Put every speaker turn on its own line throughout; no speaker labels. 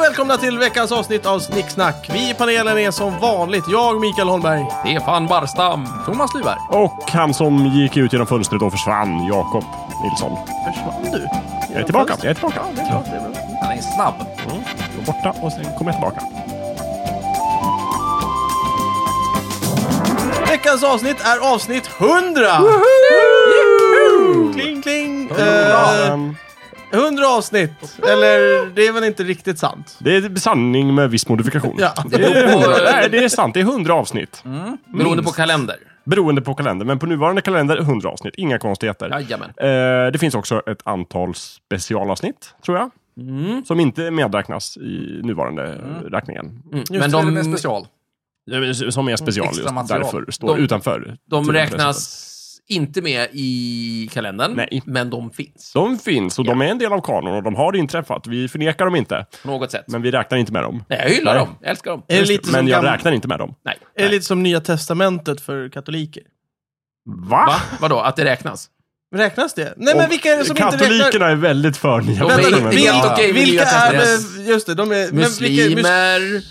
välkomna till veckans avsnitt av Snicksnack. Vi i panelen är som vanligt jag, Mikael Holmberg.
Stefan Barstam.
Thomas Lyberg.
Och han som gick ut genom fönstret och försvann, Jakob Nilsson.
Försvann du?
Jag är tillbaka, jag är tillbaka.
Ja, det är bra. Det är bra.
Han är snabb.
Jag var borta och sen kom jag tillbaka.
Veckans avsnitt är avsnitt 100! Juhu! Kling, kling! Eh,
Ehm,
100 avsnitt. Eller, det är väl inte riktigt sant?
Det är sanning med viss modifikation.
Ja.
Det, är 100, nej, det är sant, det är 100 avsnitt.
Mm. Beroende på kalender.
Mm.
Beroende på kalender, men på nuvarande kalender 100 avsnitt. Inga konstigheter.
Jajamän.
Eh, det finns också ett antal specialavsnitt, tror jag.
Mm.
Som inte medräknas i nuvarande räkningen.
Men
det, den är
de,
special.
Eh, Som är special just
Mm. Extra material.
därför. Står
De-
utanför. typ,
de
tidningspressen.
räknas inte med i kalendern,
Nej.
men de finns
De finns och de är en del av kanon och de har inträffat. Vi förnekar dem inte,
på något sätt.
men vi räknar inte med dem.
Nej, jag hyllar
Nej.
dem. Jag älskar dem.
Är det lite som
men jag
gam-
räknar inte med dem.
Nej.
Är det lite som Nya Testamentet för katoliker?
Va?
Va? Vadå? Att det räknas?
Räknas det? Nej, men
Och
vilka är det som inte räknar?
Katolikerna är väldigt för nya
är
Vänta
inte
nu,
testamentet.
helt
vilka,
okej med
vilka
Nya
är
Testamentet.
det? Just det, de är... men vilka är mus-
Muslimer,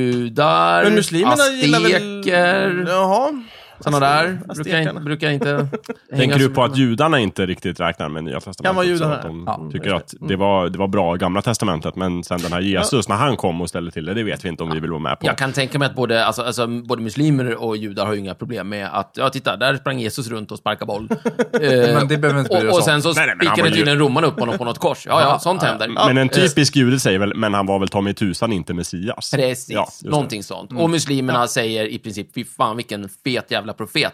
judar,
Men muslimerna gillar väl...
asteker,
Jaha.
sådana där.
Aztekerna.
Brukar inte, brukar inte hänga
Tänker du
så
på
mycket
att judarna inte riktigt räknar med
Kan
nya
vara
testamentet? så
judarna. Mm.
att de
Ja.
tycker att det var, det var bra i gamla testamentet, men sen den här Jesus, när han kom och ställde till det, det vet vi inte om vi vill vara med på.
Jag kan tänka mig att både, alltså, alltså, både muslimer och judar har ju inga problem med att, ja titta, där sprang Jesus runt och sparkade boll. men
det behöver vi inte bry
och,
oss
och
om.
sen så
Nej, nej, men han
spikade
var ju-
tydligen romarna upp honom på något kors. Ja, ja, sånt händer.
Men en typisk jude säger väl, men han var väl ta mig tusan inte Messias?
Precis,
Ja, just det. Mm.
någonting sånt. Och muslimerna säger i princip, fy fan vilken fet jävla profet.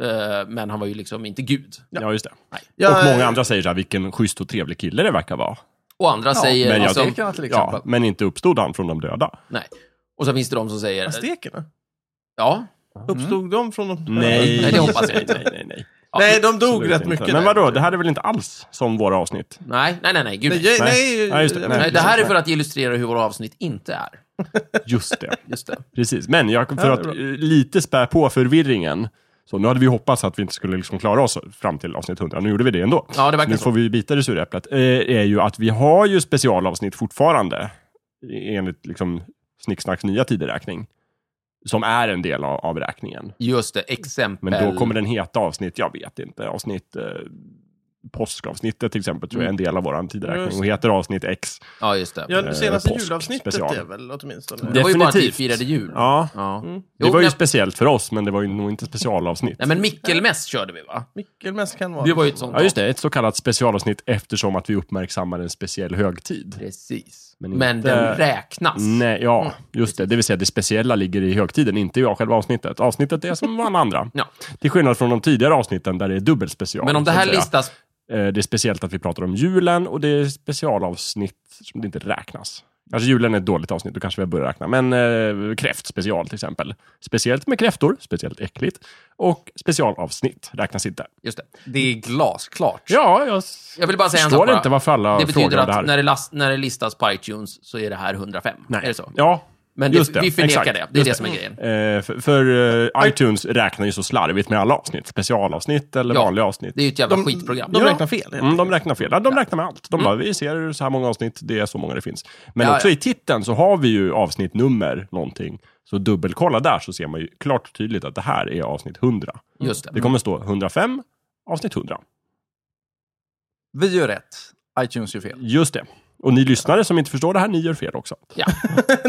Eh, men han var ju liksom inte gud.
Ja, just det.
Jag-
och många andra säger så här, vilken schysst och trevlig kille det verkar vara.
Och andra säger,
men jag-
alltså,
Aztekerna till exempel.
Ja, men inte uppstod han från de döda.
nej. Och så finns det de som säger, eh,
Aztekerna?
ja,
Uppstod de från de...
Nej, det hoppas jag inte.
Nej, nej, nej.
Nej, de dog
Absolut
rätt
inte.
mycket.
Men
där.
vadå, det här är väl inte alls som våra avsnitt?
nej, nej, nej, nej, gud
Nej,
nej.
jag- nej,
Nej, just det.
jag-
Nej.
Nej, det här är för att illustrera hur våra avsnitt inte är.
Just det.
Just det.
Precis. Men jag, för
Ja,
att
det är
eh, lite spä på förvirringen. Så nu hade vi hoppats att vi inte skulle liksom klara oss fram till avsnitt 100. Nu gjorde vi det ändå.
Ja, det verkar
nu
så.
får vi bita det sura äpplet. Eh, är ju att vi har ju specialavsnitt fortfarande. Enligt liksom Snicksnacks nya tideräkning. Som är en del av, av räkningen.
Just det, exempel.
Men då kommer den heta avsnitt, jag vet inte, avsnitt... Eh, påskavsnittet till exempel
Mm.
tror jag är en del av vår
Just
tideräkning
det.
och heter avsnitt X.
Ja, just det.
Ja, det senaste
Eh, påsk
julavsnittet
special.
är väl åtminstone.
Det var ju bara att vi
definitivt.
firade jul.
Ja, Mm.
Ja.
det
Jo,
var ju
nej,
speciellt för oss, men det var ju nog inte specialavsnitt.
nej, men Mickelmäss körde vi, va?
Mickelmäss kan vara.
Det var ju ett sånt.
Ja, just det. Ett så kallat specialavsnitt eftersom att vi uppmärksammar en speciell högtid.
Precis. Men,
Men inte-
den räknas.
Nej,
Mm,
ja, just det. Det vill säga, det speciella ligger i högtiden, inte i själva avsnittet. Avsnittet är som alla andra.
Ja.
Till skillnad från de tidigare avsnitten där det är dubbelspecial.
Men om det
så
här
att säga.
listas...
Eh, Det är speciellt att vi pratar om julen och det är specialavsnitt som det inte räknas. Kanske julen är ett dåligt avsnitt, då kanske vi har börjat räkna. Men eh, kräftspecial till exempel. Speciellt med kräftor, speciellt äckligt. Och specialavsnitt räknas inte.
Just det.
Det är glasklart.
Ja, jag s-
Jag vill bara säga en sak
förstår
bara.
inte varför alla
Det betyder
frågar det här.
att när det, last, när det listas på iTunes så är det här 105.
Nej.
Är det så?
Ja,
Men
just
det,
det.
vi förnekar
Exakt.
det. Det är
Just
det som är grejen.
Eh, för för eh, iTunes räknar ju så slarvigt med alla avsnitt. Specialavsnitt eller
Ja.
vanliga avsnitt.
Det är ju ett jävla skitprogram.
De
Ja.
räknar fel. helt
Mm, de räknar fel. Ja, de räknar med allt. De bara, vi ser så här många avsnitt, det är så många det finns. Men
Mm. Ja,
också
ja.
i titeln så har vi ju avsnittnummer någonting. Så dubbelkolla där så ser man ju klart och tydligt att det här är avsnitt 100.
Just
Det
det.
kommer stå 105, avsnitt 100.
Vi gör rätt. iTunes gör fel.
Just det. Och ni lyssnare som inte förstår det här, ni gör fel också.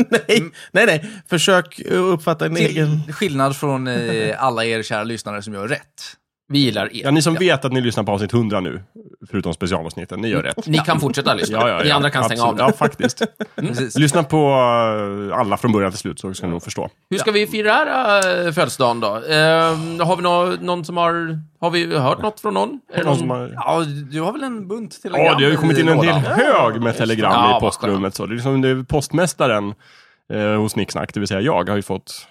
nej, nej, nej. Försök eh, uppfatta en egen...
Till skillnad från eh, alla er kära lyssnare som gör rätt.
Vi gillar er.
Ja, ni som vet att ni lyssnar på avsnitt 100 nu, förutom specialavsnitten, ni gör rätt.
Ni kan fortsätta lyssna. Ni andra kan stänga av Mm.
Absolut.
nu.
Ja, faktiskt.
Precis.
Lyssna på eh, alla från början till slut så ska ni nog förstå.
Hur ska vi fira äh, födelsedagen då? Ehm, har vi nå- någon som har... Har vi hört något från någon? Är det
Någon som har...
Ja, du har väl en bunt telegram
Ja, det har ju kommit in en
i
hel
lådan?
hög med telegram
Ja, vad
i postrummet. Så det är liksom, det är postmästaren eh, hos Nicksnack, det vill säga jag, har ju fått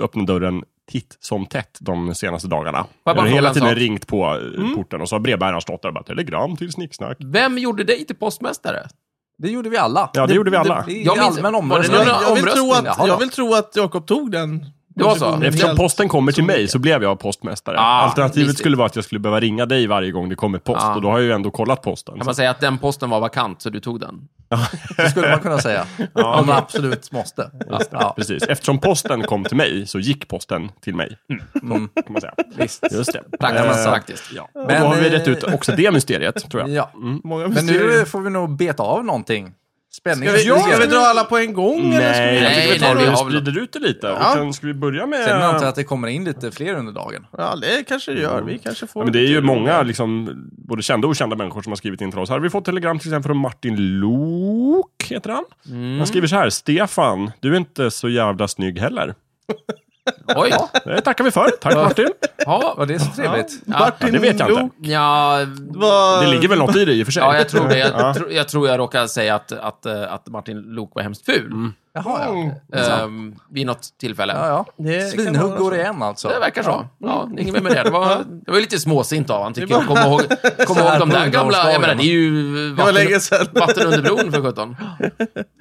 eh, öppna dörren titt som tätt de senaste dagarna.
bara
Jag har
fråga
hela
en
tiden
sak? Mm.
ringt på eh, porten och så har brevbäraren stått där och bara telegram till Snicksnack.
Vem gjorde dig till postmästare?
Det gjorde vi alla.
Ja, det gjorde vi alla.
Det, det,
Jag
jag
minns-
minns, allmän
var det
omröstning.
Jag,
några-
jag, vill tro
omröstning,
att,
jaha då.
jag vill tro att Jakob tog den.
Det var så?
positionen
Eftersom
helt.
posten kommer till mig så blev jag postmästare.
Ah,
Alternativet
visst.
skulle vara att jag skulle behöva ringa dig varje gång det kommer post
Ah.
och då har jag ju ändå kollat posten.
Kan man säga att den posten var vakant, så du tog den?
Det skulle man kunna säga.
Ja.
Om man absolut måste. Ja,
Precis. Eftersom posten kom till mig så gick posten till mig.
Mm.
Kan man säga. Just det.
Praktiskt.
Eh,
praktiskt.
Ja. och
Men,
då har vi
eh,
rätt ut också det mysteriet, tror jag.
ja.
Många
Men
mysterier.
nu får vi nog beta av någonting. Spänningen
Ska vi,
är
ska vi dra alla på en gång? eller ska
Nej,
vi...
jag tycker vi
Nej, nej,
tar det
vi
och
har väl-
sprider ut det lite.
Ja.
Och sen ska vi börja med...
Sen antar jag att det kommer in lite fler under dagen.
Ja, det kanske det gör. Vi kanske får...
Ja, men det är ju
lite-
många, liksom, både kända och okända människor som har skrivit in till oss. Här har vi fått telegram till exempel från Martin Lok, heter han. Han skriver så här, Stefan, du är inte så jävla snygg heller.
Oj.
Det tackar vi för. Tack Martin.
Ja.
Var det så trevligt?
Martin
Ja, det vet jag inte.
Lok
Ja,
var-
Det ligger väl något i det i och för sig.
ja, jag tror det. Jag,
Ja.
tror- jag tror jag råkade säga att, att, eh, att Martin Luuk var hemskt ful.
Mm.
Jaha, ja.
Ehm, vid något tillfälle.
ja, ja.
Det kan
Svinhuggor
vara så.
igen alltså.
Det verkar så. Ja, inget mer med det. Det var, det var ju lite småsint av han tycker jag. Kom ihåg, kom
Så här
ihåg de
på
där gamla... Jag menar, det är ju
Det var
vatten,
länge sedan.
vatten under bron för sjutton.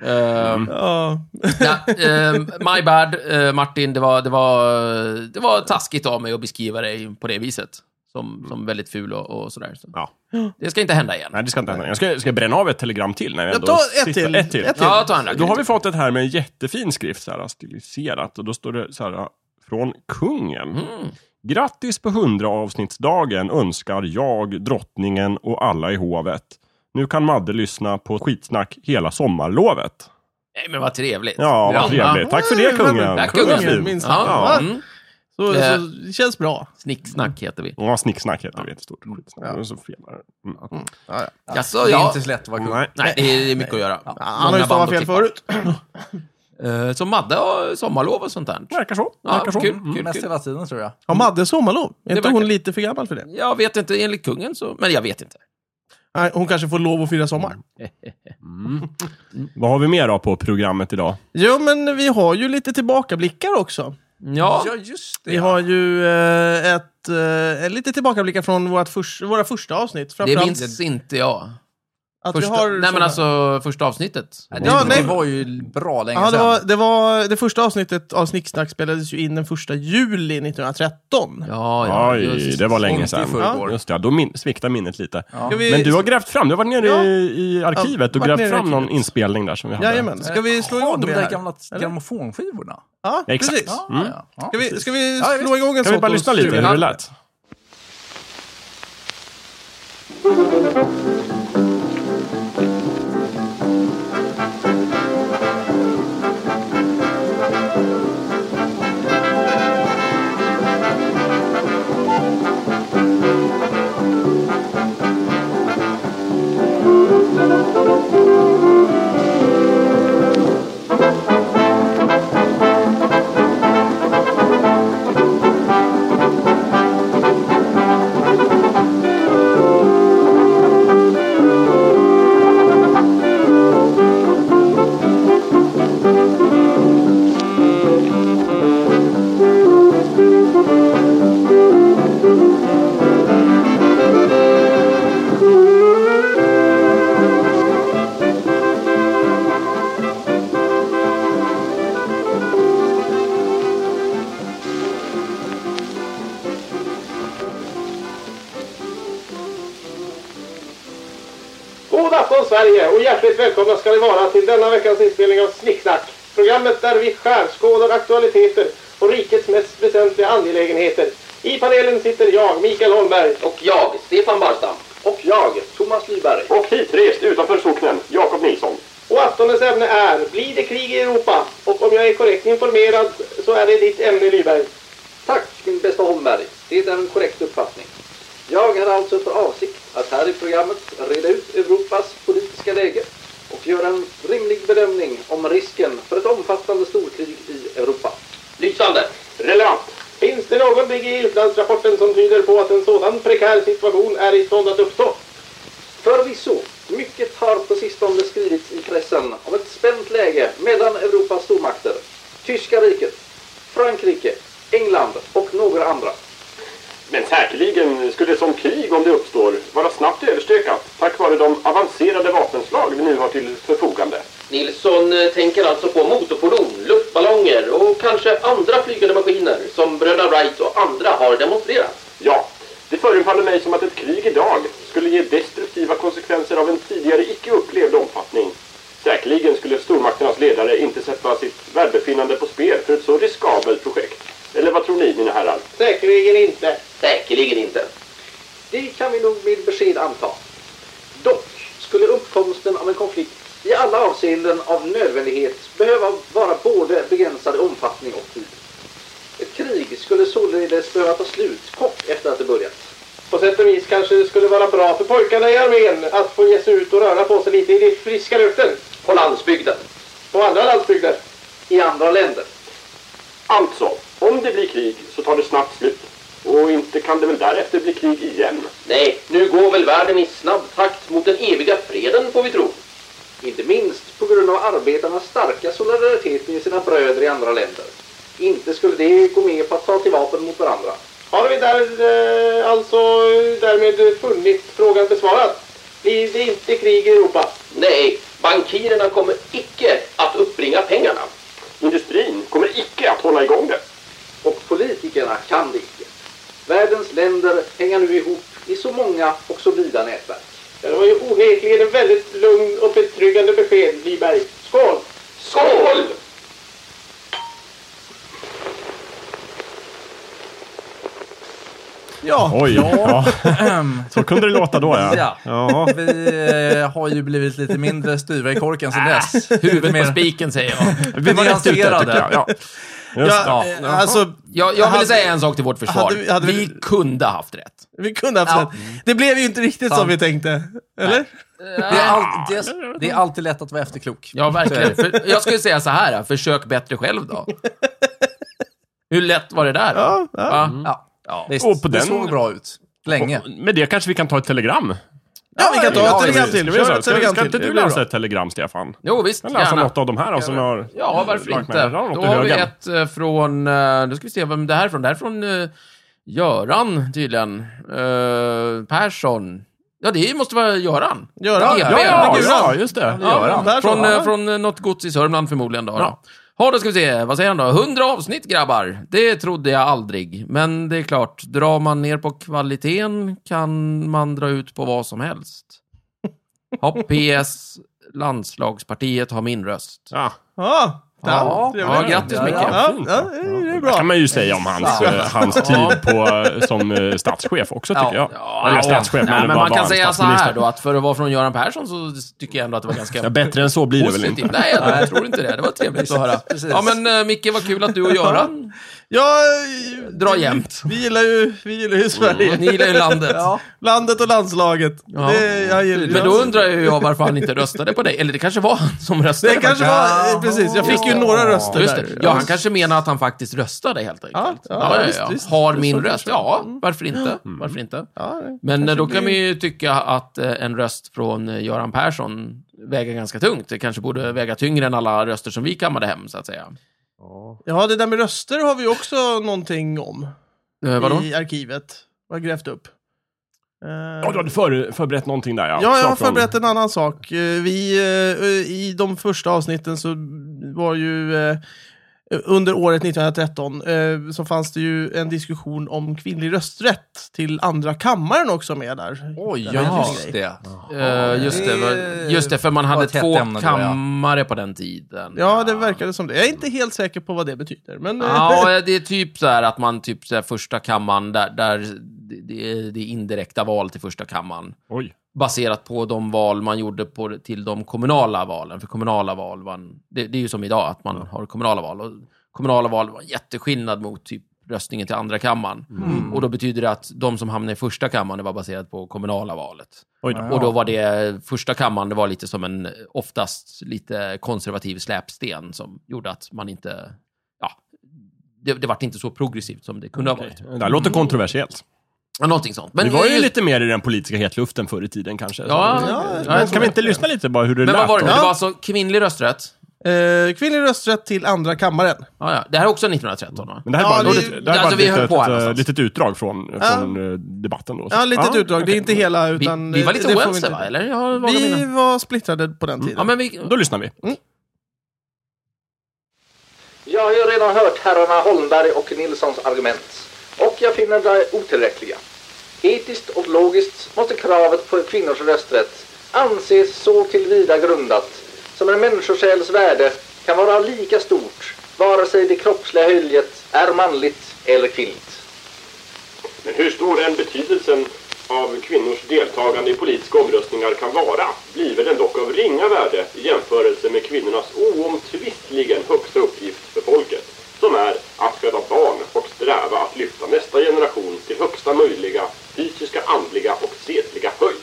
Ehm,
Ja.
ja, ehm, my bad, eh, Martin. Det var, det, var, det var taskigt av mig att beskriva dig på det viset. Som, som väldigt ful och, och sådär. Så
Ja.
det ska inte hända igen.
Nej, det ska inte hända. Jag ska, ska jag bränna av ett telegram till. När vi ändå
ta ett
sitter-
till.
ett till.
Ett till.
Ja, ta en rackare.
Då har vi fått ett här med en jättefin skrift, så här, stiliserat. Och då står det så här, från kungen. Grattis på 100 avsnittsdagen önskar jag, drottningen och alla i hovet. Nu kan Madde lyssna på skitsnack hela sommarlovet.
Nej, men vad trevligt.
Ja, vad trevligt. Tack för det, kungen.
Tack,
Kungen är
kungen.
fin.
Minst.
Ja.
Ja.
Mm.
Så,
Eh.
så det känns bra.
Snicksnack heter vi.
Ja, snicksnack heter det. Ett stort skitsnack.
Ja.
Det är så fel här. Mm.
Ja, ja.
Jaså,
Det är
ja.
inte så lätt att vara kung.
Nej.
Nej, det är mycket att göra.
Han har ju
Många
stavat
band att
fel
klippa.
förut.
Eh, Så Madde har sommarlov och sånt där.
Verkar så.
Ja,
Verkar så.
kul,
Mm.
kul,
Mest
kul.
hela tiden tror jag.
Har Madde sommarlov? Är inte
verkar-
hon lite för gammal för det?
Jag vet inte, enligt kungen så... Men jag vet inte.
Nej, hon kanske får lov att fira sommar.
Vad har vi mer då på programmet idag?
Jo, men vi har ju lite tillbakablickar också.
Ja,
Ja, just det.
Vi har ju eh, ett, eh, lite tillbakablickar från vårt förs- våra första avsnitt.
det
Framförallt
minns inte jag.
att
Första,
vi har
nej, men
såna-
alltså första avsnittet.
Ja, det,
Ja, nej.
det var ju bra länge
Ja, det,
sedan.
var, det, var, det första avsnittet av Snicksnack spelades ju in den första juli 1913.
Ja, ja.
Oj,
just-
det var länge
Sånt i
sedan.
förrgår.
Just det, ja, då min- sviktar minnet lite.
Ja.
Ska vi-
Men du har grävt fram, du har varit nere
Ja.
i, i arkivet
Ja,
och
varit nere
grävt
i
fram någon
arkivet.
inspelning där som vi hade.
Jajamän. Ska vi slå
Jaha,
igång det
de där
här?
gamla
Eller?
grammofonskivorna.
Ja,
Ja, exakt.
precis.
Ja,
Mm.
ja, ja.
Ska vi, ska vi
Ja, visst.
slå igång en
Kan vi
sån
bara
och
lyssna
se
lite hur
här?
det lät?
God afton Sverige och hjärtligt välkomna ska ni vara till denna veckans inspelning av Snicksnack. Programmet där vi skärskådar aktualiteter och rikets mest väsentliga angelägenheter. I panelen sitter jag, Mikael Holmberg. Och jag, Stefan Barstam. Och jag, Thomas Lyberg.
Och hitrest utanför socknen, Jakob Nilsson.
Och aftonens ämne är, blir det krig i Europa? Och om jag är korrekt informerad så är det ditt ämne Lyberg.
Tack, min bästa Holmberg. Det är en korrekt uppfattning. Jag har alltså för avsikt att här i programmet reda ut Europas politiska läge och göra en rimlig bedömning om risken för ett omfattande storkrig i Europa.
Lysande. Relevant. Finns det någonting i utlandsrapporten som tyder på att en sådan prekär situation är i stånd att uppstå?
Förvisso, mycket har på sistone skrivits i pressen om ett spänt läge mellan Europas stormakter. Tyska riket, Frankrike, England och några andra.
Men säkerligen skulle som krig, om det uppstår, vara snabbt överstökat tack vare de avancerade vapenslag vi nu har till förfogande.
Nilsson eh, tänker alltså på motorfordon, luftballonger och kanske andra flygande maskiner som bröderna Wright och andra har demonstrerat.
Ja, det förefaller mig som att ett krig idag skulle ge destruktiva konsekvenser av en tidigare icke upplevd omfattning. skulle stormakternas ledare inte sätta sitt välbefinnande på spel för ett så riskabelt projekt? Eller vad tror ni, mina herrar?
Säkerligen inte.
Säkerligen inte. Det kan vi nog med besked anta. Dock skulle uppkomsten av en konflikt i alla avseenden av nödvändighet behöva vara både begränsad i omfattning och tid. Ett krig skulle således behöva ta slut kort efter att det börjat.
På sätt och vis kanske det skulle vara bra för pojkarna i armén att få ge sig ut och röra på sig lite i den friska luften.
På landsbygden.
På andra landsbygder.
I andra länder.
Alltså, om det blir krig så tar det snabbt slut. Och inte kan det väl därefter bli krig igen?
Nej, nu går väl världen i snabb takt mot den eviga freden får vi tro. Inte minst på grund av arbetarnas starka solidaritet med sina bröder i andra länder. Inte skulle de gå med på att ta till vapen mot varandra.
Har vi där, eh, alltså eh, därmed funnit frågan besvarad? Blir det inte krig i Europa?
Nej, bankirerna kommer icke att uppbringa pengarna.
Industrin kommer icke att hålla igång det.
Och politikerna kan det icke. Världens länder hänger nu ihop i så många och så vida nätverk.
Ja, Det var ju onekligen en väldigt lugn och betryggande besked, Liberg. Skål!
Skål!
Ja,
Oj. Ja. Så kunde det låta då, ja.
Ja.
ja.
Vi eh, har ju blivit lite mindre styva i korken
Äh.
sedan dess.
Huvudet
Mer-
på spiken, säger jag.
Vi var rätt ute, tycker jag. Ja. Just
ja,
det.
eh, alltså,
Jag, jag vill
Hade-
säga en sak till vårt försvar.
hade vi- hade vi-
vi... kunde ha haft rätt.
vi kunde haft
Ja.
rätt. Det blev ju inte riktigt som vi tänkte. Eller?
Det är, all, det, är, det är alltid lätt att vara efterklok.
Ja, verkligen. För, jag skulle säga så här, försök bättre själv då. Hur lätt var det där?
Ja, ja.
Ja,
Ja.
visst.
Och på
Det
den-
såg bra ut. Länge.
Och Med det kanske vi kan ta ett telegram.
Ja, vi kan ta
ja,
ett telegram
visst.
till.
Ska,
Kör
vi göra
ett
så? ska,
telegram
ska
till.
inte
Det
du
blir
läsa
bra.
ett telegram, Stefan?
Jo, visst.
Kan läsa
Gärna.
något av de här då, som har
Ja, varför
lagt
inte?
med. Där har vi
Då
något i
har vi
högen.
ett eh, från... eh, Nu ska vi se vem det här är från. Det här är från eh, Göran, tydligen. Eh, Persson. Ja, det måste vara Göran.
Göran.
Ja,
Ja, ja,
Göran.
ja, just det.
Göran. Persson.
Från,
Ja.
eh, från eh, något gods i Sörmland förmodligen då.
Ja.
Ja, då ska vi se. Vad säger han då? 100 avsnitt grabbar. Det trodde jag aldrig. Men det är klart, drar man ner på kvaliteten kan man dra ut på vad som helst. Ja, PS, landslagspartiet har min röst.
Ja.
Ja, där.
Ja,
Trevligt.
ja, grattis, Micke.
Ja, ja, det är
Det
bra.
kan man ju säga om hans, eh, hans tid på, eh, som eh, statschef också, tycker jag. Eller statschef,
Nej, men
men, vad
man
var
kan
han?
säga så här
Statsminister.
då, att för att vara från Göran Persson så tycker jag ändå att det var ganska
Ja, bättre än så blir det väl inte.
positivt. Nej, jag tror inte det. Det var trevligt att höra.
Precis.
Ja, men eh, Micke, vad kul att du och Göran
Ja,
drar jämt.
vi gillar ju, vi gillar ju Sverige.
Ni gillar ju landet.
Landet och landslaget.
Ja.
Det, jag gillar,
Men då undrar ju jag varför han inte röstade på dig. Eller det kanske var han som röstade.
Det kanske var... eh, Precis, jag fick ju några röster
Just
där.
det. Ja, han kanske menar att han faktiskt röstade helt enkelt.
Ja, ja, visst, visst.
Har
Så
min
kanske. Mm.
röst. Ja, varför inte? Varför inte?
Ja, det-
Men eh, då kan man ju tycka att eh, en röst från eh, Göran Persson väger ganska tungt. Det kanske borde väga tyngre än alla röster som vi kammade hem, så att säga.
ja, det där med röster har vi också någonting om
Eh, vadå?
i arkivet. Jag har grävt upp. Eh,
Ja, du hade för, förberett någonting där, ja.
Ja, jag har
Sa från-
förberett en annan sak. Eh, Vi, eh, I de första avsnitten så var ju eh, under året 1913 eh, så fanns det ju en diskussion om kvinnlig rösträtt till andra kammaren också med där.
Oj,
Den här
ja,
grejen.
just det.
Eh, just, det,
Det
va- just det, för man hade
ett hett
två
ämne då, ja.
kammare på den tiden.
Ja, det verkade som det. Jag är inte helt säker på vad det betyder. Men, eh,
Ja, det är typ så här att man typ så här första kammaren, där, där det- det, är, det är indirekta val till första kammaren.
Oj.
Baserat på de val man gjorde på, till de kommunala valen. För kommunala val, var en- det, det är ju som idag att man har kommunala val. Och kommunala val var en jätteskillnad mot typ röstningen till andra kammaren. Och då betyder det att de som hamnade i första kammaren, det var baserat på kommunala valet.
Oj då.
Och då var det första kammaren, det var lite som en oftast lite konservativ släpsten som gjorde att man inte, ja, det, det vart inte så progressivt som det kunde ha varit.
Det här låter kontroversiellt.
Ja, Någonting sånt. Men,
Vi var ju
just-
lite mer i den politiska hetluften förr i tiden kanske.
Ja,
Så-
ja, jag
Men
tror
kan vi
det.
inte lyssna lite bara hur det
Men
lät?
vad var det nu?
då?
Det var alltså kvinnlig rösträtt.
eh, kvinnlig rösträtt till andra kammaren.
Ja, ja. Det här är också 1913, va?
Men det här
Ja,
är bara,
vi-
ett- det här är
alltså,
bara
vi höll
ett
på här
litet, eh,
någonstans.
litet utdrag från,
Ja.
från eh, debatten då. Så-
Ja, litet utdrag. Det är inte hela,
Vi,
utan...
vi var
eh, det
lite
får vi
oense,
inte.
va? Eller? Jag har vaga
Vi
minnen.
var splittrade på den tiden.
Mm. Ja, men vi...
Då lyssnar vi.
Jag har ju redan hört herrarna Holmberg och Nilssons argument. Och jag finner det otillräckliga. Etiskt och logiskt måste kravet på kvinnors rösträtt anses så tillvida grundat som en människosjäls värde kan vara lika stort vare sig det kroppsliga höljet är manligt eller kvinnligt.
Men hur stor än betydelsen av kvinnors deltagande i politiska omröstningar kan vara, blir den dock av ringa värde i jämförelse med kvinnornas oomtvistligen högsta uppgift för folket, som är att föda barn och sträva att lyfta nästa generation till högsta möjliga fysiska, andliga och sedliga höjd.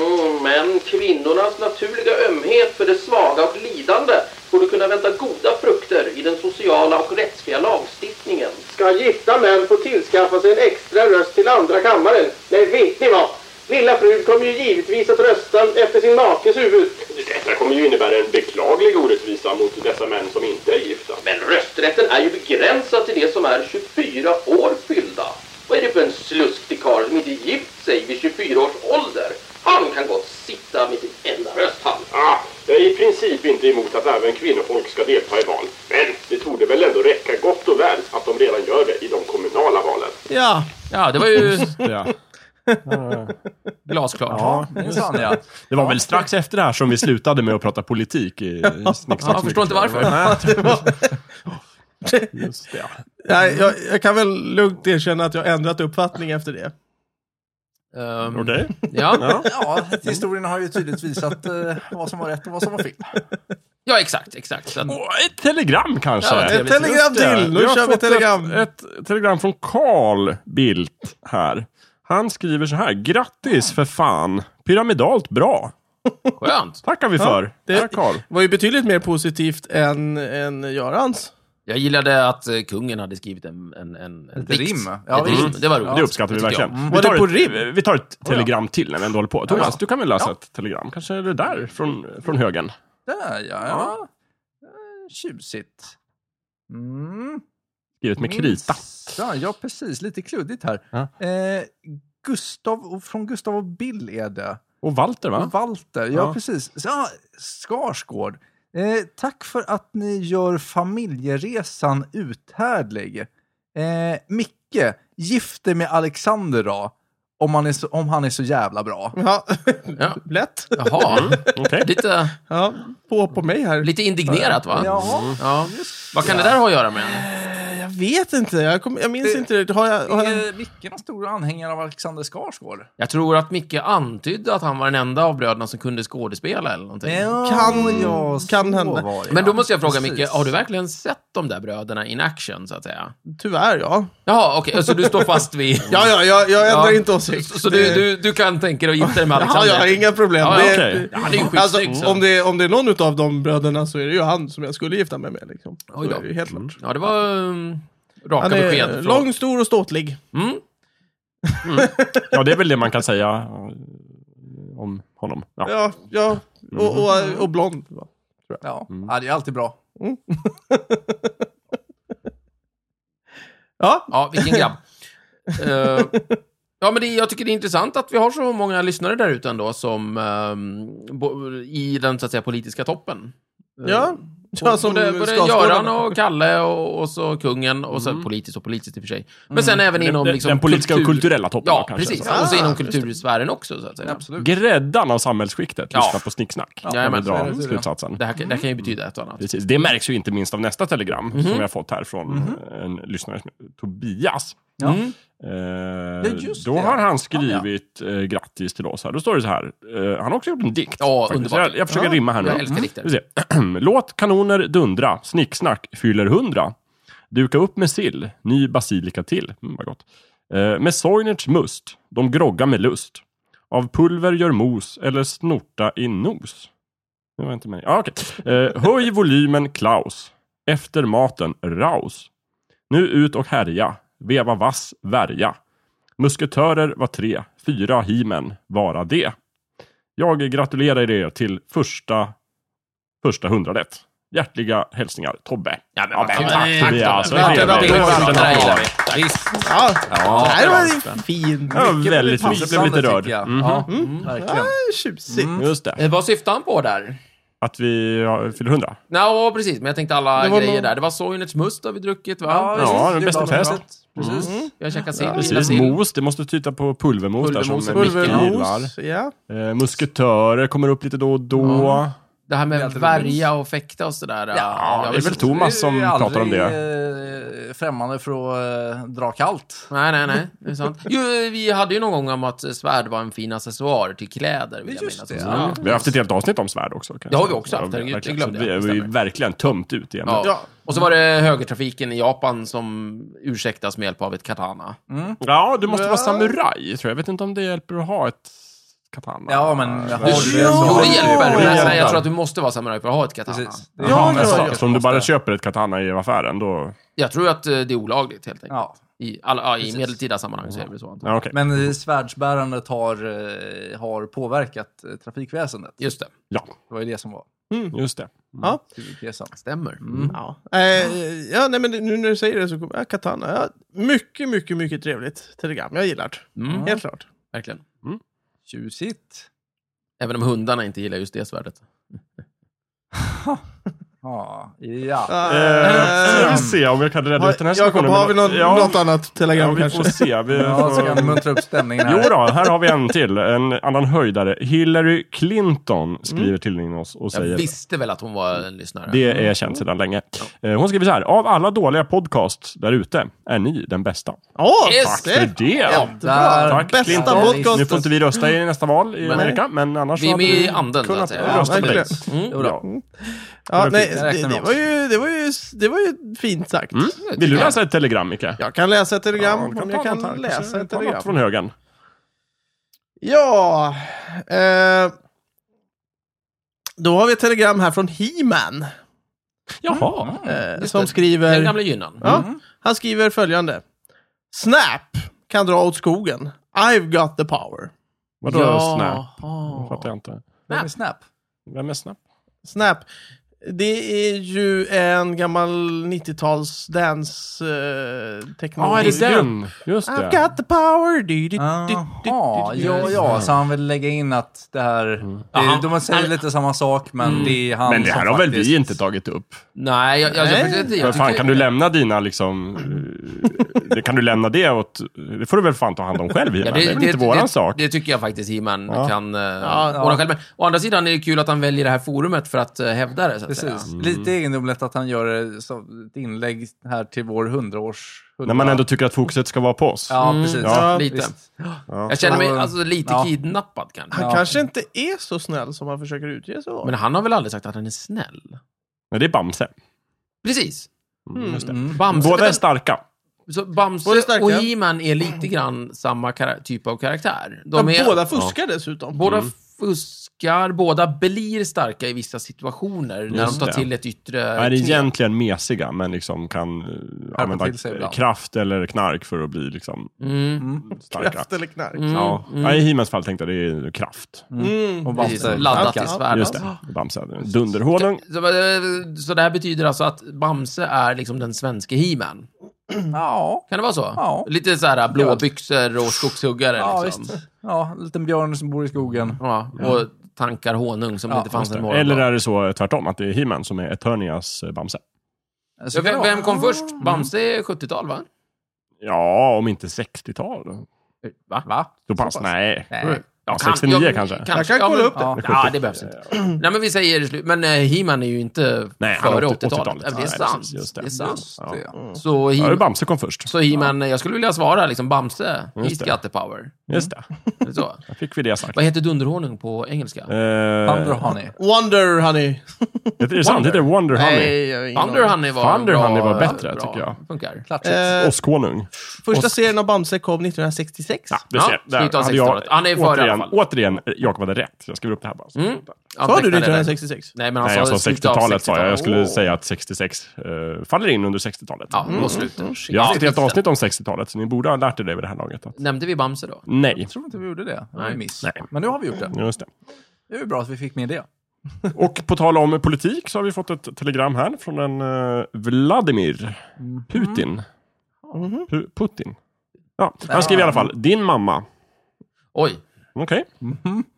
Mm, men kvinnornas naturliga ömhet för det svaga och lidande borde kunna vänta goda frukter i den sociala och rättsliga lagstiftningen.
Ska gifta män få tillskaffa sig en extra röst till andra kammaren? Nej, vet ni vad? Lilla frun kommer ju givetvis att rösta efter sin makes huvud.
Detta kommer ju innebära en beklaglig orättvisa mot dessa män som inte är gifta.
Men rösträtten är ju begränsad till de som är 24 år fyllda. Vad är det för en sluskig karl som inte gift sig vid 24 års ålder? Han kan gott sitta med sin enda röst han.
Ah, jag är i princip inte emot att även kvinnofolk ska delta i val, men det torde väl ändå räcka gott och väl att de redan gör det i de kommunala valen.
Ja,
Ja, det var ju
Ja.
glasklart.
Ja, minsann ja.
Det var väl strax efter det här som vi slutade med att prata politik i, i Snicksnack.
Ja, jag förstår inte varför.
Nej,
det var...
just det, ja.
Nej, jag, jag kan väl lugnt erkänna att jag ändrat uppfattning efter det.
Ehm,
Okej.
ja.
Ja, historien har ju tydligt visat eh, vad som var rätt och vad som var fel.
ja, exakt. exakt. Så, att-
Åh, ett telegram kanske?
Ja,
Ett telegram
Just det.
till! Nu
Jag har
kör vi
fått
telegram.
Ett, ett telegram från Carl Bildt här. Han skriver så här. Grattis för fan! Pyramidalt bra.
skönt.
Tackar vi för.
det-
Tack Carl.
var ju betydligt mer positivt än, än Görans.
Jag gillade att eh, kungen hade skrivit en, en, en, en
Ett
dikt.
rim. Ja,
ett rim.
visst.
Mm. Det var roligt.
Mm. Det uppskattar vi
tycker jag. Mm.
verkligen. Vi
Var det
tar
på
ett-
rim?
Vi tar ett telegram till när vi ändå håller på. Thomas,
Ja.
du kan väl läsa ett telegram? Kanske är det där från, från högen?
Där ja. ja. Eh, Tjusigt. Mm.
Skrivet med krita.
Minsann, Ja, precis. Lite kluddigt här.
Ja.
Eh, Gustav, och- från Gustav och Bill är det.
Och Walter
Och
va?
Walter, ja,
Ja.
precis. Så, Ja, Skarsgård. Eh, tack för att ni gör familjeresan uthärdlig. Eh, Micke, gift dig med Alexander då. Om han, är så, om han är så jävla bra.
Ja,
Ja.
lätt.
Mm.
Jaha.
Okej.
Lite,
Ja, på på mig här.
lite indignerat, va?
Jaha.
Ja. Vad kan det där ha att göra med?
Jag vet inte. Jag, kom, jag minns
Det-
inte. riktigt. Har jag, har jag...
Är Micke någon stor anhängare av Alexander Skarsgård?
Jag tror att Micke antydde att han var den enda av bröderna som kunde skådespela eller någonting.
Kan-
ja,
kan
så
hända.
var det,
Men då
ja.
måste jag fråga
Precis.
Micke, har du verkligen sett de där bröderna in action, så att säga?
Tyvärr, ja.
Jaha, okej, så du står fast vid...
Ja, ja, jag, jag ändrar
Ja.
inte åsikt.
Så, så du, du, du kan tänka dig att gifta dig med
Ja,
Alexander?
jag har inga problem.
Ja,
det,
okej.
det-
Ja, han är ju skitsnygg.
Alltså,
så.
om, det, om det är någon av de bröderna så är det ju han som jag skulle gifta mig med. Liksom. Så
Oj då.
är det ju helt klart.
Ja, det var um, raka
Han
besked.
är
från-
lång, stor och ståtlig.
Mm.
Ja, det är väl det man kan säga eh, om honom. Ja.
Ja, ja. Och, och, och blond. va.
Ja. ja, det är alltid bra.
Ja,
Ja, vilken grabb. Eh, ja, men det, jag tycker det är intressant att vi har så många lyssnare där ute ändå som ehm, bo, i den så att säga politiska toppen.
ja. ja som
både både
Skarsgården.
Göran och Kalle och, och så kungen och så politiskt och politiskt i och för sig. Men sen även inom
den,
liksom,
den politiska och
kultur-
kulturella toppen
Ja,
då, kanske.
precis.
Så.
och så
Ah,
inom
just det.
kultursfären också, så att säga.
Absolut.
Gräddan av samhällsskiktet.
Ja.
Lyssna på snicksnack.
Ja,
kan vi
jajamän, så
dra
är det, så
är det.
slutsatsen.
Det här, kan- det här kan ju betyda ett och annat.
Precis. Det märks ju inte minst av nästa telegram
Mhm.
som vi har fått här från eh, en lyssnare som heter Tobias.
Ja.
Mm.
Eh,
just
då
det.
har han skrivit eh, grattis till oss här. Då står det så här. Eh, han har också gjort en dikt.
Ja,
faktiskt.
underbart.
Jag, jag försöker rimma här nu. Mm.
Jag älskar dikter.
Vi ser. Låt kanoner dundra, snicksnack fyller hundra. Duka upp med sill, ny basilika till. Mm, vad gott. Eh, med Soinerts must, de grogga med lust. Av pulver gör mos eller snorta i nos. Det var inte mig. Ah, okej. eh, höj volymen Klaus. Efter maten Raus. Nu ut och härja. Veva vass, värja. Musketörer var tre, fyra himen, vara det. Jag gratulerar er till första, första hundradet. Hjärtliga hälsningar, Tobbe.
Ja, men,
Ja, men tack,
tack,
Tobias.
tack,
Det är
tack.
trevligt.
Det var-
Tack.
det där gillar vi.
Ja, det här var ju
bra.
fint.
Ja,
Mycket
väldigt fint. Jag blev lite
passande,
rörd.
tycker jag.
Mhm.
Ja, verkligen.
Tjusigt.
Just det.
Eh, Vad syftar han på där?
Att vi ja, fyller hundra.
Ja, precis. Men jag tänkte alla
Det var
grejer
någon-
där. Det var Soinerts must har vi druckit, va?
Ja,
Ja,
precis.
den
Det
bästa Mm.
är bra.
festen.
Precis.
Vi har käkat sill. gillar
Precis.
sill.
Mos, det måste tyta på pulvermos, där som
Pulvermos.
Micke gillar.
Pulvermos. Ja.
Eh, musketörer kommer upp lite då och då.
Det här
Det är
med
alltid
värja och fäkta och sådär.
Ja, det är väl
visst.
Thomas som
Vi är
pratar om
aldrig,
det.
eh, främmande för att eh, dra kallt.
Nej, nej, nej. Det är sant. Jo, vi hade ju någon gång om att svärd var en fin accessoar till kläder. Vill jag
Just
minnas. Mm.
det,
Så-
ja.
Ja.
Vi har haft ett helt avsnitt om svärd också. kan jag
Det har vi
säga.
också haft, herregud,
verkligen.
det glömde
Så
jag.
Vi har ju
Stämmer.
verkligen tömt ut igen.
Ja.
Ja.
Ja.
Och så var det högertrafiken i Japan som ursäktas med hjälp av ett katana.
du måste
Ja.
vara samuraj, tror jag. Jag vet inte om det hjälper att ha ett katana.
Ja, men har
Ja,
du det så
Jo,
har
det
du
hjälper!
det
Nej,
hjälper.
nej, jag tror att du måste vara samuraj för att ha ett katana.
Precis.
Ja, ja,
men
ja,
så,
ja.
så om du bara köper ett katana i affären, då...
Jag tror att eh, det är olagligt, helt enkelt.
Ja.
I, alla, ja, I medeltida sammanhang så är det väl så. antagligen.
Ja, okej.
Men eh, svärdsbärandet har, eh, har påverkat eh, trafikväsendet.
Just det.
Ja,
Det var ju det som var
just det.
Ja.
huvudtesen.
Stämmer.
Ja. Eh, ja, nej, men nu när du säger det så kommer... Ja, Katana. Ja, mycket, mycket, mycket trevligt telegram. Jag gillar det.
Mm.
Helt klart.
Verkligen.
Tjusigt.
Även om hundarna inte gillar just det svärdet.
Ja. ja.
Eh,
Eh, jag vill se om jag kan rädda
har-
ut den här
Jakob,
situationen.
har vi någon,
ja,
något annat telegram
ja, vi
kanske?
får se. Vi
ja så kan vi
får...
muntra upp stämningen
Jo
här.
då, här har vi en till. En annan höjdare. Hillary Clinton skriver
Mm.
till oss och
Jag
säger...
visste väl att hon var en lyssnare.
Det
Mm.
är känt sedan länge. Eh, Hon skriver så här. Av alla dåliga podcasts där ute är ni den bästa.
Ja,
Yes,
tack!
För
Det.
det!
Där.
Jättebra!
Tack,
Bästa
Clinton. Nu får
podcasten!
inte vi rösta i nästa val i
Men-
Amerika, men annars
Vi är
hade
med
vi
i anden, så att
kunnat
säga.
Ja,
rösta på dig.
verkligen.
Mm.
Ja.
Ja, nej,
Jag räknar
det,
med
det,
oss.
var ju, det, var ju, det var ju fint sagt.
Vill du läsa ett telegram, Micke?
Jag kan läsa ett telegram
Ja, du
om
ta
jag kan
något här. Kanske
läsa ett
ta något
telegram.
från högen.
Ja, eh, då har vi ett telegram här från He-Man
Jaha.
eh,
Just
som
det.
skriver...
Den gamla Mm. gynnan.
Ja, Han skriver följande. Snap kan dra åt skogen. I've got the power.
Vadå
Jaha.
snap? Det fattar jag inte.
Vem är Snap?
Vem är snap?
Snap. Det är ju en gammal 90-tals
Ja, ah, är
dance-teknologi.
det den? Just
I've
det.
got the power. Du, du, du, du, du,
Jaha,
du.
ja,
Mm.
ja, så han vill lägga in att det här... Det,
Aha.
de säger lite samma sak, men det är han
Mm. Men det här
som
har väl
faktiskt-
vi inte tagit upp?
Nej, jag, jag, jag,
Nej.
jag, jag,
Men fan,
tycker-
kan du lämna dina liksom... eh, det- kan du lämna det åt... Det får du väl fan ta hand om själv, ja, Det är väl inte våran
det,
sak?
Det tycker jag faktiskt He-Man
Ja.
kan eh,
ja.
ordna själv. Men å andra sidan är det kul att han väljer det här forumet för att eh, hävda det, så att
Precis.
Mm.
säga.
Lite egendomligt att han gör det som ett inlägg här till vår hundraårs...
När man ändå tycker att fokuset ska vara på oss.
Ja, precis.
Mm. ja, lite.
Visst.
Jag känner mig
Ja.
alltså, lite
Ja.
kidnappad kanske.
Han
Ja.
kanske inte är så snäll som han försöker utge sig vara.
Men han har väl aldrig sagt att han är snäll?
Men det är Bamse.
Precis.
Mm, just det.
Bamse,
Båda är
men-
starka.
så Bamse
Båda starka.
och He-Man är lite grann samma kara- typ av karaktär. De
Ja,
är,
Båda fuskar dessutom.
Båda
Mm.
fuskar, båda blir starka i vissa situationer när de
Just
tar
det.
till ett yttre
är
knep.
egentligen mesiga, men liksom kan eh,
till sig
använda
ibland.
kraft eller knark för att bli liksom
Mm.
starka.
Kraft eller knark.
Ja. Ja, I Himens fall tänkte jag det är ju kraft.
Mm.
Och
Precis,
Bamse.
laddat
Ja,
i svärd.
Just
alltså.
det. Bamse. Dunderhonung.
Så, eh, så det här betyder alltså att Bamse är liksom den svenska He-Man? liksom.
Ja.
Kan det vara så?
Ja.
Lite så här blåbyxor och skogshuggare
Ja,
liksom.
visst. Ja, en liten björn som bor i skogen.
Ja, och tankar honung som inte fanns en morgon.
Eller är det så eh, tvärtom, att det är He-Man som är Eternias eh, Bamse?
Ja,
Så
vem,
bra.
vem kom först? Bamse är 70-tal, va?
Ja, om inte 60-tal.
Va? va?
Då pass, nej.
Eh.
Nej.
Ja, 69 kanske.
Jag kan
ja,
kolla
men-
upp det.
Ja.
Ja, det behövs inte. Nej, men vi säger slut. Men eh, He-Man är ju inte
Nej, han
före
är 80-talet.
80-talet. Ja, det är
Nej,
sant.
precis, just det.
det. är sant.
Just det.
Så,
Ja, det är
he
Bamse kom först.
så He-Man, jag skulle vilja svara liksom Bamse,
Just
he's
det.
got the power.
Just det.
Är det Så.
Där fick vi det sagt.
Vad heter dunderhonung på engelska?
Eh,
Thunder Honey.
Wonder, honey.
det är sant, det heter Wonder Honey.
Nej, jag har ingen
Thunder
aning.
Honey var
Thunder
bra,
Honey var bättre,
bra,
tycker jag.
Funkar.
Klatschigt.
Eh,
Åskonung.
Första
Och-
serien av Bamse kom 1966.
Ja, du
Ja,
ser.
slutet av
hade jag-
1600-talet. Han är före i alla
återigen,
fall.
Återigen, eh, Jakob hade rätt. Jag skriver upp det här bara. så.
Mm.
Sa
Anteckna
du
det där.
1966?
Nej, men han
Nej, jag sa
slutet av
60-talet sa jag. Jag
60-talet.
skulle
Åh.
säga Mm. att 66 eh, faller in under 60-talet.
Ja, då slutar
Jag har haft ett helt avsnitt om 60-talet, så ni borde ha lärt er det vid det här laget. Att...
Nämnde vi Bamse då?
Nej.
Jag tror inte vi gjorde det. Det var
Nej.
en miss.
Nej.
Men nu har vi gjort det.
Just det.
Det är ju bra att vi fick med det.
Och på tal om politik så har vi fått ett telegram här från en eh, Vladimir Putin. Pu- Putin. Ja, han skriver i alla fall, din mamma.
Oj.
Okej.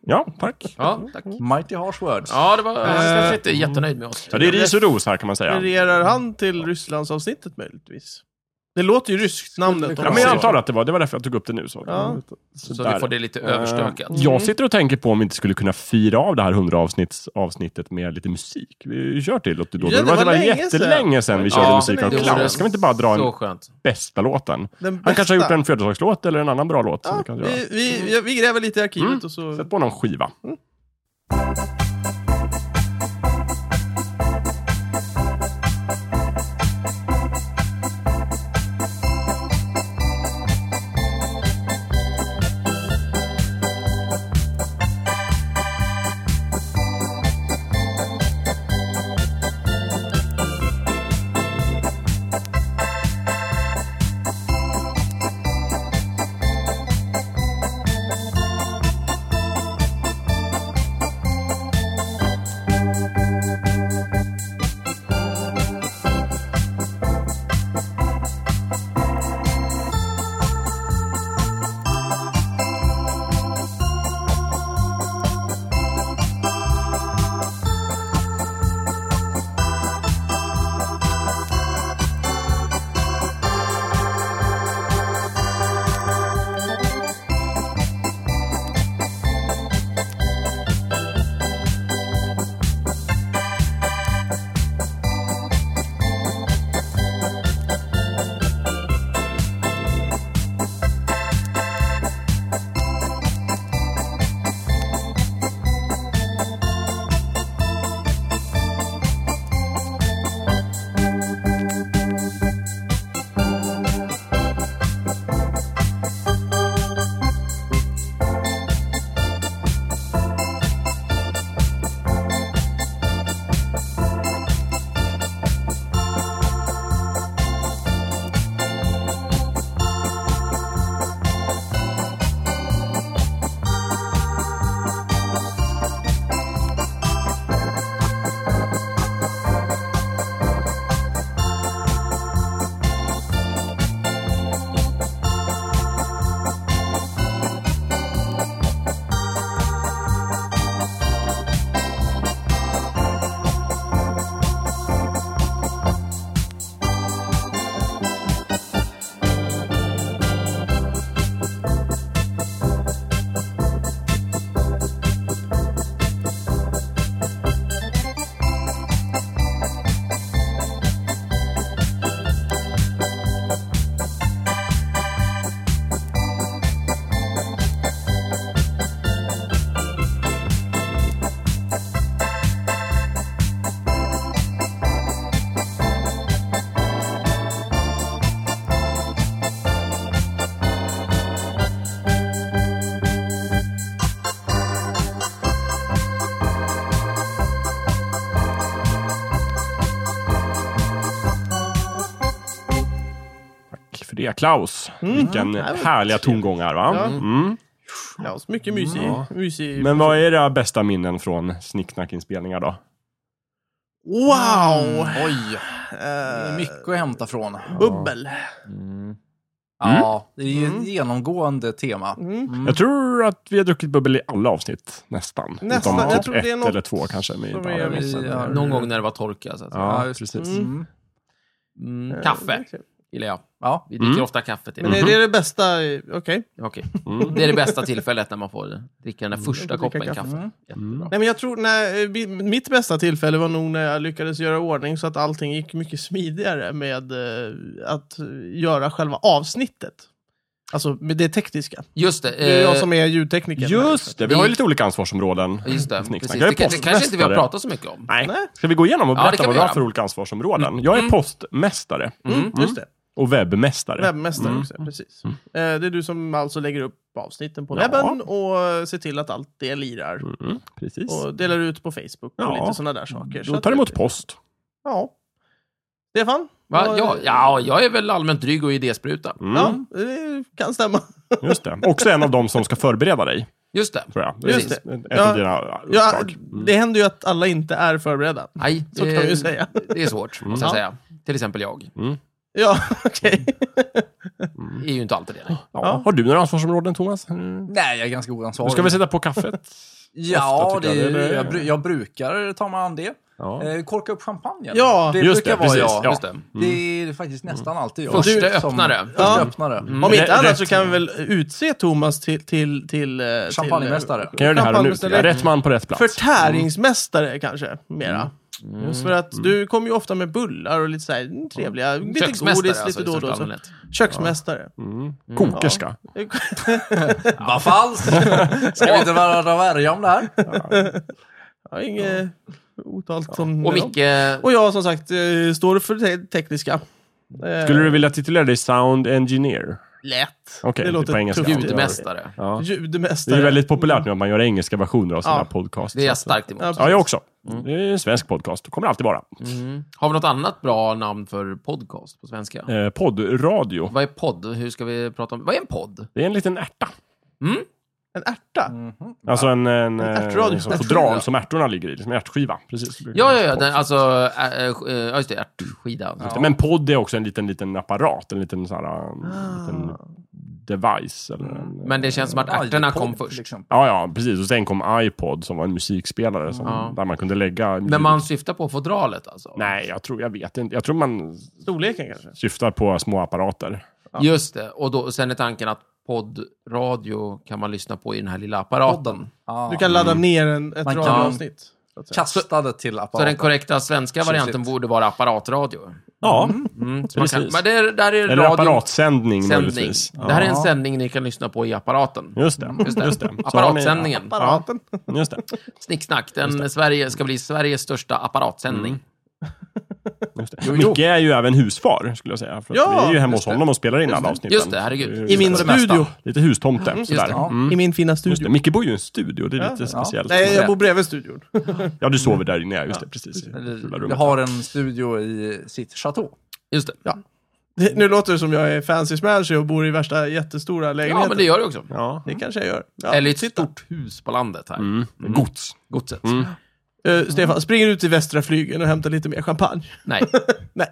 Ja, tack.
Ja, tack.
Mighty harsh words.
Ja, det
Eh.
var... Han kanske inte är jättenöjd med oss.
Ja, det är ris och ros här kan man säga.
Refererar han till Rysslandsavsnittet möjligtvis? Det låter ju ryskt, namnet.
Ja, men jag antar att det var, det var därför jag tog upp det nu. Så.
Ja.
Så
där.
vi får det lite
Eh,
överstökat.
Jag sitter och tänker på om vi inte skulle kunna fira av det här 100 avsnitts, avsnittet med lite musik. Vi kör till låt då.
Ja, det var länge sedan.
jättelänge sedan vi körde
Ja,
musik av
det var
clown.
det.
Ska vi inte bara dra
Så
den
skönt.
bästa låten?
Den
Han kanske har gjort
bästa.
en födelsedagslåt eller en annan bra låt. som vi
Ja,
kan göra.
vi, vi, vi- vi gräver lite i arkivet och så...
Sätt på någon skiva. Tack för det, Klaus.
Mm.
Vilken härliga tongångar, va?
Ja.
Mm.
Ja, så mycket mysig. mysig.
Men vad är era bästa minnen från Snicksnackinspelningar
Mm.
då?
Wow!
Oj,
Eh,
mycket att hämta från.
bubbel.
Ja,
Mm.
det är ju
Mm.
ett genomgående tema.
Jag tror att vi har druckit bubbel i alla avsnitt, nästan.
Nästan.
Utom
Jag
typ
tror det är
ett
något
eller två kanske. Men
som
inte
är
alla.
miss-
Vi har-
Någon gång när det var torka. Så att, säga.
Ja,
just det.
precis.
Mm.
mm, kaffe Mhm. gillar jag.
Ja.
Vi dricker
Eh. Mm. Mm.
ofta kaffe till
Men är
det.
det det bästa? Okej.
Okej. Det är det bästa tillfället när man får dricka den där första
Dricka
koppen kaffe.
kaffe.
Mm.
Jättebra.
Nej, men jag tror när, eh, mitt bästa tillfälle var nog när jag lyckades göra i ordning så att allting gick mycket smidigare med eh, att göra själva avsnittet. Alltså med det tekniska.
Just det.
Det är jag
eh,
som är ljudtekniker.
Just det, vi har ju lite olika ansvarsområden.
Just det, precis.
Snicksnack.
Det,
Jag är
kan- det kanske inte vi har
postmästare.
pratat så mycket om.
Nej.
Nej.
Ska vi gå igenom och
Ja, det
berätta
kan
vad
vi
vi har
göra. Mm.
för olika ansvarsområden? Jag är postmästare
Mm, Just det.
och webbmästare.
Webbmästare
Mm.
också, precis. Eh, Det är du som alltså lägger upp avsnitten på
Ja.
webben och eh, ser till att allt det lirar.
Mm, precis.
Och delar ut på Facebook och
Ja. Mm.
lite sådana där saker. Så
Då
att
tar
det-
emot post.
Ja. Stefan?
Va?
Vad-
Ja, ja, jag är väl allmänt dryg och idéspruta.
Mm,
ja, det kan stämma.
Just det. Också en av dem som ska förbereda dig,
Just det.
tror jag.
Just
är
det.
Ett
Ja.
av dina
Ja,
uppdrag.
det händer ju att alla inte är förberedda.
Nej,
Så kan vi ju säga.
Mm.
det är svårt, måste jag
Ja.
säga. Till exempel jag.
Ja, okej.
är ju inte alltid det. nej.
Ja. Har du några ansvarsområden, Thomas? Mm.
Nej, jag är ganska
Nu
oansvarig.
ska vi sätta på kaffet.
Ja,
ofta,
det,
tycker jag. Eller-
jag, bru- jag brukar ta mig an det.
Ja.
Eh, korka upp champagnen.
Ja,
det
just
brukar
det,
vara
precis.
jag.
Ja.
Just det.
Det är faktiskt nästan alltid jag.
Första
som-
öppnare.
Första
Ja.
öppnare.
Om
Mm.
inte
Rätt-
annat
rätt-
så kan vi väl utse Thomas till... till, till, eh, till
Champagnemästare.
Kan jag göra det här och nu?
Champagnemästare.
Rätt man på rätt plats.
Förtäringsmästare kanske, mera. Mm. Just för att du kommer ju ofta med bullar och lite så här trevliga, lite
Köksmästare
godis
alltså,
lite
i
då och då.
största
Så.
allmänhet.
Köksmästare.
Kokerska.
Vad falskt! Ska vi inte vara värja om det här?
Ja, inget otalt som...
Och Micke,
och jag som sagt eh, står för te- tekniska. Eh,
Skulle du vilja titulera dig Sound Engineer?
Lätt.
Okej, det är på engelska.
tufft.
ljudmästare.
Ja. Det
Eh, Ljudmästare.
är ju väldigt populärt nu att man gör engelska versioner av sina
Ja.
podcasts.
Det är jag
Så att-
starkt emot.
Ja,
Ja, jag också. Det är en svensk podcast. Kommer alltid vara.
Mm. Har vi något annat bra namn för podcast på svenska?
Eh, poddradio.
Vad är podd? Hur ska vi prata om? Vad är en podd?
Det är en liten ärta.
En ärta.
Alltså en, en, eh,
ärtradio.
som
Ärtskiva.
fodral som ärtorna ligger i. Som en ärtskiva. Precis.
Ja, ja, ja. Den, alltså, äh, äh, ja, just det. Ärtskida.
Ja. Men podd är också en liten, liten apparat. En liten, sån här, en
Ah.
liten device. Eller en,
Men det känns som att ärtorna kom först.
Liksom.
Ja, ja, precis. Och sen kom iPod som var en musikspelare som,
Ja.
där man kunde lägga...
Men man syftar på fodralet alltså?
Nej, jag tror, jag vet inte. Jag tror man
Storleken kanske.
syftar på små apparater.
Just det. Och då, sen är tanken att poddradio kan man lyssna på i den här lilla apparaten.
Ja.
Du kan ladda ner en, ett
Man kan-
radioavsnitt. så att säga.
Kastade till
Så den
apparaten.
korrekta svenska varianten
Tjusigt.
borde vara apparatradio.
Ja,
Mm, så man kan,
Precis.
men det, är- där är
eller
radio-
apparatsändning
sändning.
möjligtvis. Ja.
Det här är en sändning ni kan lyssna på i apparaten.
Just det. Just det. Så har ni-
Apparatsändningen.
Apparaten.
Ja, just det.
Snicksnack. Den Sverige, ska bli Sveriges största apparatsändning.
Mm.
Just det. Micke är ju även husfar, skulle jag säga. För att
Ja,
vi är ju hemma hos
just det.
honom och spelar in alla avsnitten.
Just det, herregud.
I min
Lite-
studio.
Lite hustomte, sådär.
det.
Just det. Mm.
I min fina studio.
Just det. Micke bor ju i en studio, det är lite speciellt.
Nej, jag bor bredvid studion.
Ja, du sover där inne, ja. Just det, precis. I det fula
Du
rummet.
har en studio i sitt chateau.
Just det. Ja,
Det- Nu låter det som jag är fancy smashy och bor i värsta jättestora lägenheten.
men det gör det också.
Ja.
Det kanske jag gör. Ja,
Eller ett
titta.
stort hus på landet här.
Mm. Gods.
Godset.
Eh, Stefan, springer ut till västra flygeln och hämtar lite mer champagne.
Nej,
Nej.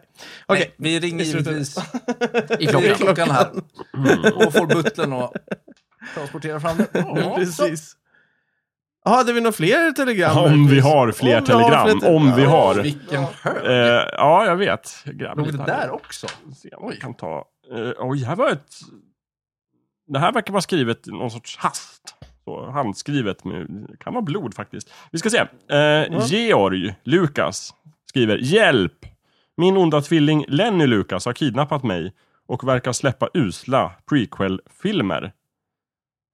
Okej.
Nej, Vi ringer
Vi slutar.
givetvis
i
Det är
klockan.
klockan här. Och får butlern att transportera fram det. Ja,
Eh, Precis. Jaha, hade vi några fler telegram?
Om vi har fler
Om vi har
telegram.
fler telegram.
Om vi har.
så. Vilken hög.
Eh, ja, jag vet.
Låg det
Grabbigt
där också?
Se om vi kan ta... Eh, oj, här var ett... Det här verkar vara skrivet i någon sorts hast. Så, handskrivet. Med, det kan vara blod faktiskt. Vi ska se. Eh, Georg Lukas skriver Hjälp! Min onda tvilling Lenny Lukas har kidnappat mig och verkar släppa usla prequel-filmer.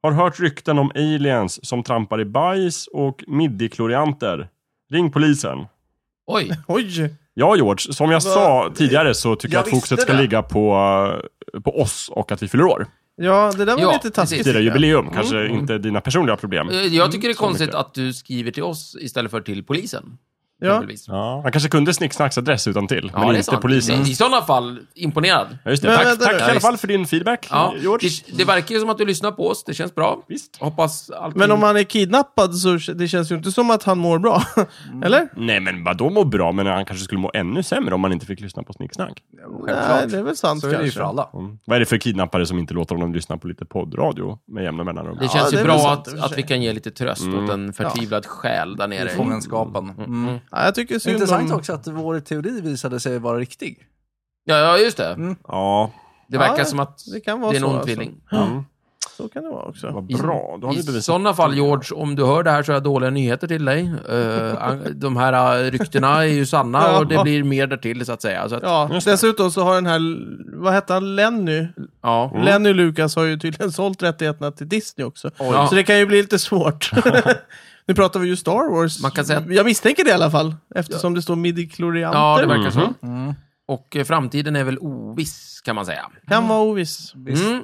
Har hört rykten om aliens som trampar i bajs och middiklorianter. Ring polisen.
Oj,
Oj!
Ja, George. Som jag sa tidigare så tycker jag,
Jag
att fokuset
visste
ska
det.
ligga på, eh, på oss och att vi fyller år.
Ja, det där var
Ja,
lite taskigt.
precis.
Firar jubileum, kanske inte dina personliga problem.
Mm. eh, jag
Mm.
tycker det är konstigt
mycket.
att du skriver till oss istället för till polisen.
Ja.
exempelvis.
Ja. Han kanske kunde Snicksnacks adress utan till,
det Mm.
men
är
inte
sant.
polisen.
I sådana fall, imponerad.
Ja, just det.
Men
Tack,
vänta
tack
nu.
i
Ja,
alla fall för din feedback,
Ja,
George.
det, det verkar ju som att du lyssnar på oss, det känns bra.
Visst.
Hoppas allt
Men om han är kidnappad så k- det känns ju inte som att han mår bra. Eller?
Nej, men vadå må bra? Men han kanske skulle må ännu sämre om man inte fick lyssna på Snicksnack.
Nej, det är väl sant
Så är
kanske.
det ju för alla.
Mm. Vad är det för kidnappare som inte låter honom lyssna på lite poddradio med jämna mellanrum?
Det känns
det
ju
är
bra
väl sant Mm. i och
att,
för sig.
att vi kan ge lite tröst åt en förtvivlad själ där
I
nere.
fångenskapen. Mm.
Ja, jag tycker synd
Intressant
om...
också att vår teori visade sig vara riktig.
Ja, ja, just det.
Ja,
Det verkar
Ja,
som att
det kan vara
det är en
så,
ond
alltså.
tvilling.
mm.
Så kan det vara också.
vad bra. Då har vi
I
bevisat.
sådana fall, George, om du hör det här så har jag dåliga nyheter till dig. Eh, de här eh, ryktena är ju sanna
Ja.
och det blir mer därtill, så att säga. Så att,
Ja, dessutom så har den här, vad hette han, Lenny?
Mm.
ja.
Lenny Lucas har ju tydligen sålt rättigheterna till Disney också.
Ja.
Så det kan ju bli lite svårt. nu pratar vi ju Star Wars.
Man kan säga att-
Jag misstänker det i alla fall, eftersom det står midi-klorianter.
Ja, det verkar så.
Mhm.
Mm.
Och eh, framtiden är väl oviss, kan man säga.
Kan vara oviss.
Visst.
Mm.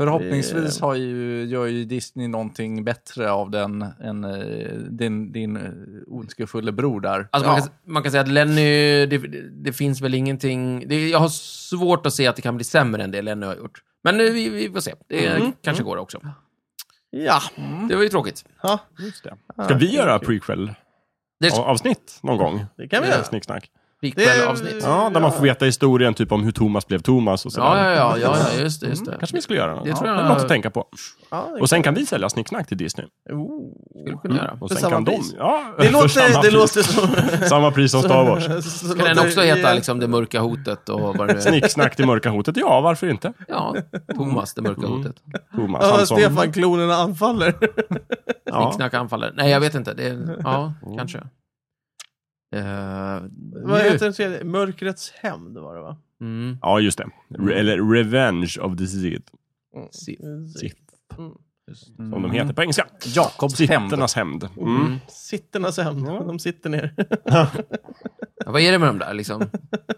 Förhoppningsvis har ju, gör ju Disney någonting bättre av den än eh, din, din eh, ondskefulle bror där.
Alltså man,
Ja.
kan, man kan säga att Lenny, det, det finns väl ingenting... Det, jag har svårt att se att det kan bli sämre än det Lenny har gjort. Men eh, vi, vi får se. Det
Mm.
kanske går också.
Ja.
Det var ju tråkigt.
ja,
Just det. Ska vi göra prequel-avsnitt
Det,
någon gång?
det kan vi
Ja.
göra.
Snicksnack.
Prequel-avsnitt. Ja,
Ja, där man får veta historien typ om hur Thomas blev Thomas och sådär.
ja, ja, ja, ja, just det. Just det.
Mm. Kanske vi skulle göra något.
Det tror
Ja,
jag-
Något att tänka på.
Ja, det
Och sen kan vi sälja Snicksnack till Disney.
Oh.
skulle kunna göra.
För
Och sen
samma
kan de...
pris.
Ja,
Det,
för
låter,
samma
det
pris.
låter som...
Samma pris som Star Wars.
Ska den också heta liksom Det mörka hotet och vad det nu är?
Snicksnack till mörka hotet. Ja, varför inte?
Ja, Thomas, Det mörka hotet.
Thomas,
Ja,
han som...
Stefan, klonerna anfaller.
Ja.
Snicksnack anfaller. Nej, jag vet inte. Det är, ja, kanske. Eh,
Vad
nu-
heter den tredje? Mörkrets hämnd var det va?
Mm.
Ja, just det. Re- eller Revenge of the Sith,
Mm.
Sith.
Sith. Mm.
som de heter på engelska.
Jakobs hämnd.
Sitternas hämnd. Mm.
Sitternas hämnd. De sitter ner.
Ja, vad är det med de där liksom?